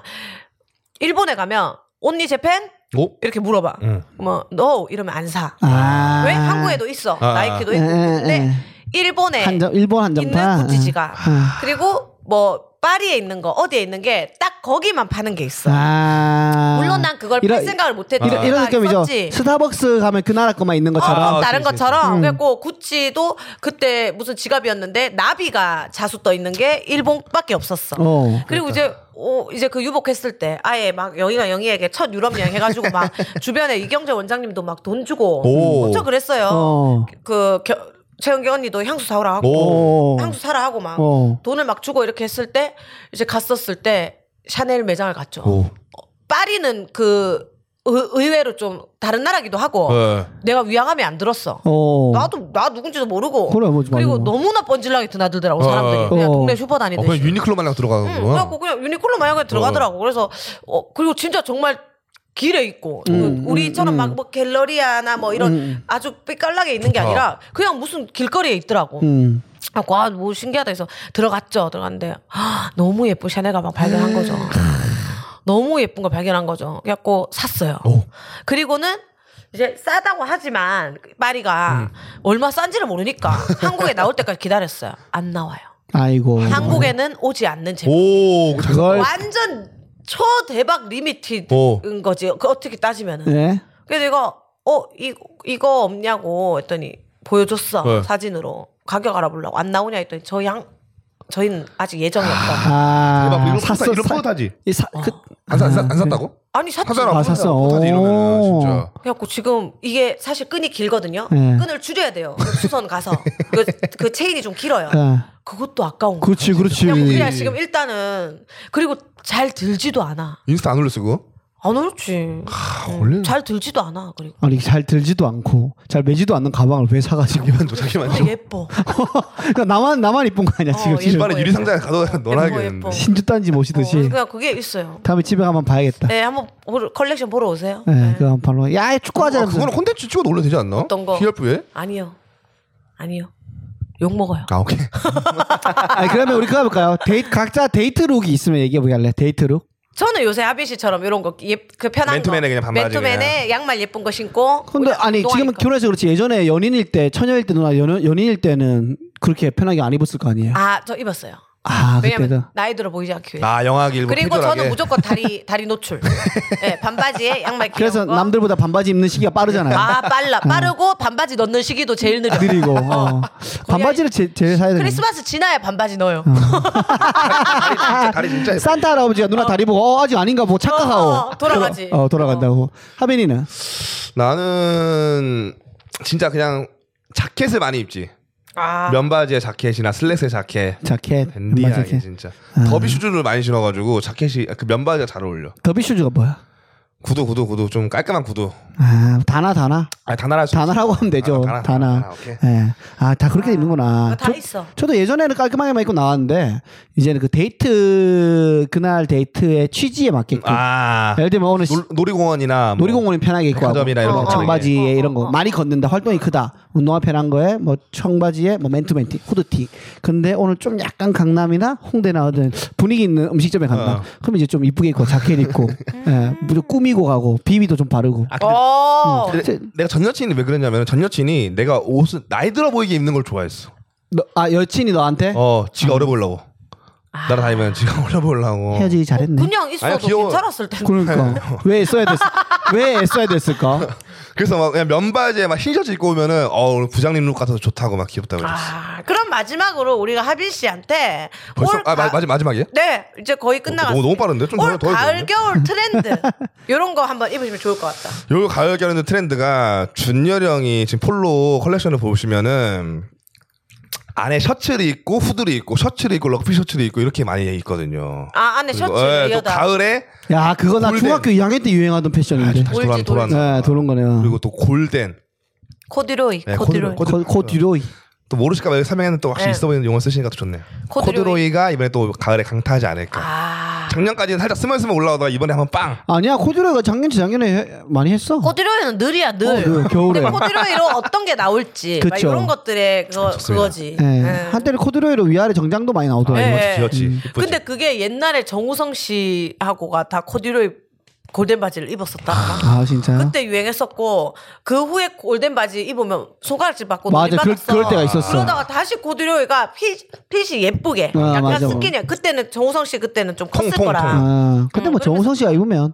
A: 일본에 가면 언니 재팬
C: 어?
A: 이렇게 물어봐.
C: 응.
A: 뭐 no 이러면 안 사.
B: 아.
A: 왜 한국에도 있어
C: 아.
A: 나이키도 있고
B: 에, 에,
A: 근데
B: 에.
A: 일본에
B: 예. 한정 일본
A: 있는
B: 한정판
A: 구찌지가
B: 아.
A: 그리고 뭐 파리에 있는 거 어디에 있는 게 딱 거기만 파는 게 있어.
B: 아.
A: 물론 난 그걸
B: 이런-
A: 볼 생각을 아, 못했지.
B: 이런, 이런 느낌이죠. 스타벅스 가면 그 나라 것만 있는 것처럼.
A: 어,
C: 아,
A: 다른
C: 그치, 그치.
A: 것처럼
B: 음.
A: 그래갖고 구찌도 그때 무슨 지갑이었는데 나비가 자수 떠 있는 게 일본밖에 없었어.
B: 어.
A: 그리고 이제 어, 이제 그 유복했을 때 아예 막 영희가 영희에게 첫 유럽 여행 해가지고 막 주변에 이경재 원장님도 막 돈 주고
C: 오.
A: 엄청 그랬어요.
B: 어.
A: 그 겨, 최은기 언니도 향수 사오라 하고
B: 오.
A: 향수 사라 하고 막
B: 어.
A: 돈을 막 주고 이렇게 했을 때 이제 갔었을 때 샤넬 매장을 갔죠.
B: 어.
C: 오.
A: 파리는 그 의- 의외로 좀 다른 나라기도 하고
C: 네.
A: 내가 위화감이 안 들었어.
B: 어.
A: 나도 나 누군지도 모르고
B: 그래, 뭐지,
A: 그리고
B: 맞아.
A: 너무나 번질나게 드나들더라고
C: 어,
A: 사람들이
C: 어.
A: 그냥
B: 어.
A: 동네 슈퍼
C: 어,
A: 다니듯이.
C: 그냥 유니클로 마냥
A: 응,
C: 들어가는구나.
A: 그래갖고 그냥 유니클로 마냥 들어가더라고. 그래서 어 그리고 진짜 정말 길에 있고 그
B: 음,
A: 우리처럼
B: 음,
A: 막 뭐 갤러리아나 뭐 이런
B: 음.
A: 아주 삐깔나게 있는 게 아니라 그냥 무슨 길거리에 있더라고.
B: 음.
A: 아, 와, 뭐 신기하다 해서 들어갔죠. 들어갔는데 아, 너무 예쁜 샤넬 가방 발견한 거죠. 너무 예쁜 거 발견한 거죠. 그래갖고 샀어요.
C: 오.
A: 그리고는 이제 싸다고 하지만 그 파리가 얼마 싼지를 모르니까 한국에 나올 때까지 기다렸어요. 안 나와요.
B: 아이고.
A: 한국에는 오지 않는 제품.
C: 오. 그 자-
B: 그걸
A: 완전 초 대박 리미티드인
C: 오.
A: 거지. 그 어떻게 따지면은.
B: 네.
A: 그래서 이거 어 이, 이거 없냐고 했더니 보여줬어
C: 네.
A: 사진으로 가격 알아보려고 안 나오냐 했더니 저희 양 저희는 아직 예정이 없다
C: 대박,
B: 아.
C: 이런 샀어, 이런
B: 사-
C: 포다지.
B: 이 사, 그,
C: 안, 사, 안, 사, 안 샀다고?
A: 아니 샀지
C: 사잖아.
B: 아, 샀어.
C: 포다지 이러면
B: 오.
C: 진짜.
A: 그래갖고 지금 이게 사실 끈이 길거든요
B: 네.
A: 끈을 줄여야 돼요 그 수선 가서 그, 그 체인이 좀 길어요
B: 아.
A: 그것도 아까운 거야
B: 그렇지, 그렇지.
A: 그냥 우리가 지금 일단은 그리고 잘 들지도 않아
C: 인스타 안 올렸어 그거?
A: 안 어렵지
B: 아.
C: 아, 원래
A: 잘 들지도 않아 그리고
B: 아니 잘 들지도 않고 잘 매지도 않는 가방을 왜 사가지고?
C: 자기만 줘 자기만 줘.
A: 근데 예뻐
B: 그러니까 나만 나만 이쁜 거 아니야
A: 어,
B: 지금?
A: 예뻐요.
B: 지금.
C: 집안에 유리 상자에 가둬 넣어놔야겠는데.
A: 예뻐.
B: 신주 딴지
A: 어,
B: 모시듯이.
A: 그냥 그게 있어요
B: 다음에 집에 가면 봐야겠다.
A: 네 한번 보러- 컬렉션 보러 오세요
B: 네, 그 한판로 야 축구하자.
C: 아, 그거는 콘텐츠 찍어 올려 되지 않나?
A: 어떤 거?
C: TF에?
A: 아니요. 아니요. 욕 먹어요.
C: 아 오케이.
B: 아니, 그러면 우리 그거 해볼까요? 데이 각자 데이트 룩이 있으면 얘기해 보게 할래? 데이트 룩?
A: 저는 요새 하빈 씨처럼 이런 거, 예, 그 편한
C: 맨투맨에
A: 거.
C: 그냥 반바지
A: 맨투맨에 양말 예쁜 거 신고.
B: 근데 아니 지금은
A: 운동하니까.
B: 결혼해서 그렇지 예전에 연인일 때 처녀일 때 누나 연, 연인일 때는 그렇게 편하게 안 입었을 거 아니에요?
A: 아, 저 입었어요.
B: 아
A: 왜냐면
B: 그때도
A: 나이 들어 보이지 않기 위해.
C: 아 영화기 일부
A: 그리고
C: 필요하게.
A: 저는 무조건 다리 다리 노출. 예, 반바지에 양말 끼고.
B: 그래서 남들보다 반바지 입는 시기가 빠르잖아요.
A: 아, 빨라. 빠르고 반바지 넣는 시기도 제일 느려.
B: 느리고 어. 반바지를 제, 제일 사야 되는.
A: 크리스마스 지나야 반바지 넣어요.
C: 다리 진짜 다리 진짜 예뻐.
B: 아, 산타 할아버지가 누나 다리 보고 어 아직 아닌가 보고 착각하고
A: 어, 어, 돌아가지.
B: 어 돌아간다고. 하빈이는
C: 나는 진짜 그냥 자켓을 많이 입지.
A: 아,
C: 면바지에 자켓이나 슬랙스 자켓.
B: 자켓, 반바지
C: 댄디하게
B: 자켓.
C: 진짜. 더비 슈즈를 많이 신어가지고 자켓이 그 면바지가 잘 어울려.
B: 더비 슈즈가 뭐야?
C: 구두 구두 구두 좀 깔끔한 구두.
B: 아 다나 다나.
C: 아니 다나라 수-
B: 단아라고 하면 되죠.
C: 단아,
B: 단아.
C: 단아, 단아, 오케이.
B: 예. 아, 다 그렇게 입는구나.
A: 다 있어.
B: 저도 예전에는 깔끔하게만 입고 나왔는데 이제는 그 데이트 그날 데이트의 취지에 맞게끔.
C: 아
B: 예를 들면 오늘 시-
C: 놀- 놀이공원이나 뭐
B: 놀이공원에 편하게 입고 하고
C: 백화점이나 이런
A: 거 편하게.
B: 청바지에
A: 어, 어,
B: 이런 거
A: 어.
B: 많이 걷는다 활동이 크다 운동화 편한 거에 뭐 청바지에 뭐 맨투맨티 후드티 근데 오늘 좀 약간 강남이나 홍대나 어떤 분위기 있는 음식점에 간다
C: 어.
B: 그럼 이제 좀 이쁘게 입고 자켓 입고
A: 음.
B: 예, 무조건 꾸미고 가고 비비도 좀 바르고
C: 아, 근데
B: 음,
A: 어.
C: 근데 내가 전 여친이 왜 그랬냐면 전 여친이 내가 옷을 나이 들어 보이게 입는 걸 좋아했어.
B: 너- 아 여친이 너한테
C: 어, 지가 어려 보려고. 날아다니면 지가 어려 보려고.
B: 헤어지기 잘했네
A: 그냥 있어도
C: 아니, 귀여워.
A: 괜찮았을 텐데.
B: 그러니까 왜 써야 됐을 왜 써야 됐을까?
C: 그래서 막 그냥 면바지에 막 흰셔츠 입고 오면은 어 오늘 부장님 룩 같아서 좋다고 막 귀엽다고 그랬어.
A: 아, 그럼 마지막으로 우리가 하빈 씨한테
C: 벌써
A: 올
C: 아
A: 가-
C: 마, 마지, 마지막이야?
A: 네, 이제 거의 끝나갔어요.
C: 너무- 너무 빠른데? 좀
A: 올
C: 더- 더 해야
A: 가을
C: 되는데?
A: 겨울 트렌드 이런 거 한번 입으시면 좋을 것 같다.
C: 요 가을 겨울의 트렌드가 준열 형이 지금 폴로 컬렉션을 보시면은 안에 셔츠를 입고 후드를 입고 셔츠를 입고 럭비 셔츠를 입고 이렇게 많이 있거든요.
A: 아 안에
C: 그리고,
A: 셔츠
C: 예, 또
A: 여다.
C: 가을에
B: 야 그거 나
C: 골든.
B: 중학교 2학년 때 유행하던 패션인데.
C: 다시
A: 돌지,
C: 돌아 돌아
A: 돌지.
B: 네, 도는 거네요.
C: 그리고 또 골덴
A: 코듀로이,
C: 네,
A: 코듀로이,
C: 코듀로이.
B: 코, 코 뒤로이.
C: 또 모르실까 봐 설명했는데 또 확실히
A: 네.
C: 있어 보이는 용어 쓰시니까 또 좋네요.
A: 코드로이.
C: 코드로이가 이번에 또 가을에 강타하지 않을까.
A: 아,
C: 작년까지는 살짝 스멀스멀 올라오다가 이번에 한번 빵.
B: 아니야 코듀로이가 작년 재작년에 해- 많이 했어.
A: 코듀로이는 늘이야 늘.
B: 어, 늘,
C: 그
B: 겨울에.
A: 근데 코듀로이로 어떤 게 나올지 막
B: 그쵸.
A: 이런 것들의 그거,
C: 좋습니다.
A: 그거지.
B: 예.
A: 예.
B: 한때는 코듀로이로 위아래 정장도 많이
C: 아,
B: 나오더라고.
A: 예.
B: 요
C: 이거 귀엽지. 이쁘지.
A: 근데 그게 옛날에 정우성 씨하고가 다 코듀로이 골덴 바지를 입었었다.
B: 아 진짜요?
A: 그때 유행했었고 그 후에 골덴 바지 입으면 소가락질 받고
B: 맞아,
A: 놀림
B: 그럴-
A: 받았어.
B: 그럴 때가 있었어.
A: 그러다가 다시 고두려이가 핏, 핏이 예쁘게
B: 아,
A: 약간
B: 맞아, 맞아.
A: 스키니 그때는 정우성 씨 그때는 좀 컸을
C: 퐁퐁퐁.
A: 거라.
B: 아
A: 음.
B: 근데 뭐 정우성 씨가 입으면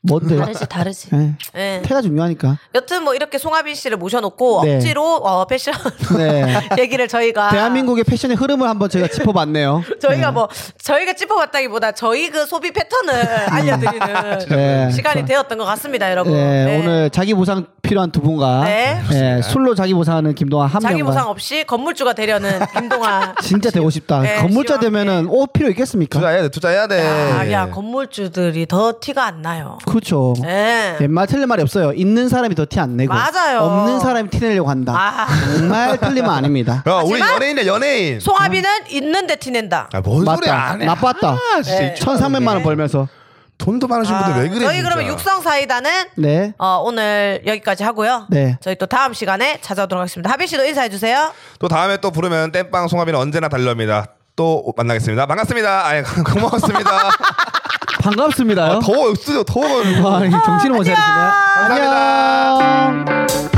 B: 뭔데?
D: 다르지 다르지.
B: 예.
A: 예.
B: 태가 중요하니까.
A: 여튼 뭐 이렇게 송하빈 씨를 모셔놓고
B: 네.
A: 억지로 어, 패션
B: 네.
A: 얘기를 저희가
B: 대한민국의 패션의 흐름을 한번 제가 짚어봤네요.
A: 저희가 뭐 저희가 짚어봤다기보다 저희 그 소비 패턴을 알려드리는
B: 네.
A: 시간이 되었던 것 같습니다, 여러분.
B: 네,
A: 네.
B: 오늘 자기 보상 필요한 두 분과
A: 네.
B: 예, 술로 자기 보상하는 김동완 한
A: 자기
B: 명과
A: 보상 없이 건물주가 되려는 김동완.
B: 진짜 되고 싶다.
A: 네,
B: 건물자
A: 지와
B: 되면은 옷 필요 있겠습니까?
C: 투자해야 돼, 투자해야 돼.
A: 아, 야, 야, 건물주들이 더 티가 안 나요.
C: 어?
B: 그렇죠.
A: 예.
B: 옛말 틀린 말이 없어요. 있는 사람이 더 티 안 내고
A: 맞아요.
B: 없는 사람이 티 내려고 한다.
A: 아.
B: 정말 틀리면 아닙니다.
C: 야, 어, 우리
A: 하지만-
C: 연예인이야, 연예인.
A: 송하빈은 있는데 티낸다.
C: 아, 뭔 소리야,
B: 맞다.
C: 안 해.
B: 나빴다.
C: 아, 진짜
B: 네.
C: 이
B: 1,300만 원 벌면서.
C: 돈도 많으신 분들 아, 왜 그래?
A: 네. 아, 저희
C: 진짜.
A: 그러면 육성 사이다는
B: 네.
A: 어, 오늘 여기까지 하고요.
B: 네.
A: 저희 또 다음 시간에 찾아오도록 하겠습니다. 하빈 씨도 인사해 주세요.
C: 또 다음에 또 부르면 땜빵 송하빈은 언제나 달려옵니다. 또 만나겠습니다. 반갑습니다. 아예 고마웠습니다.
B: 반갑습니다요. 어? 아,
C: 더워, 스튜디오 더워가지고.
B: 와, 정신을 못 차리시네.
C: 감사합니다.
B: 안녕.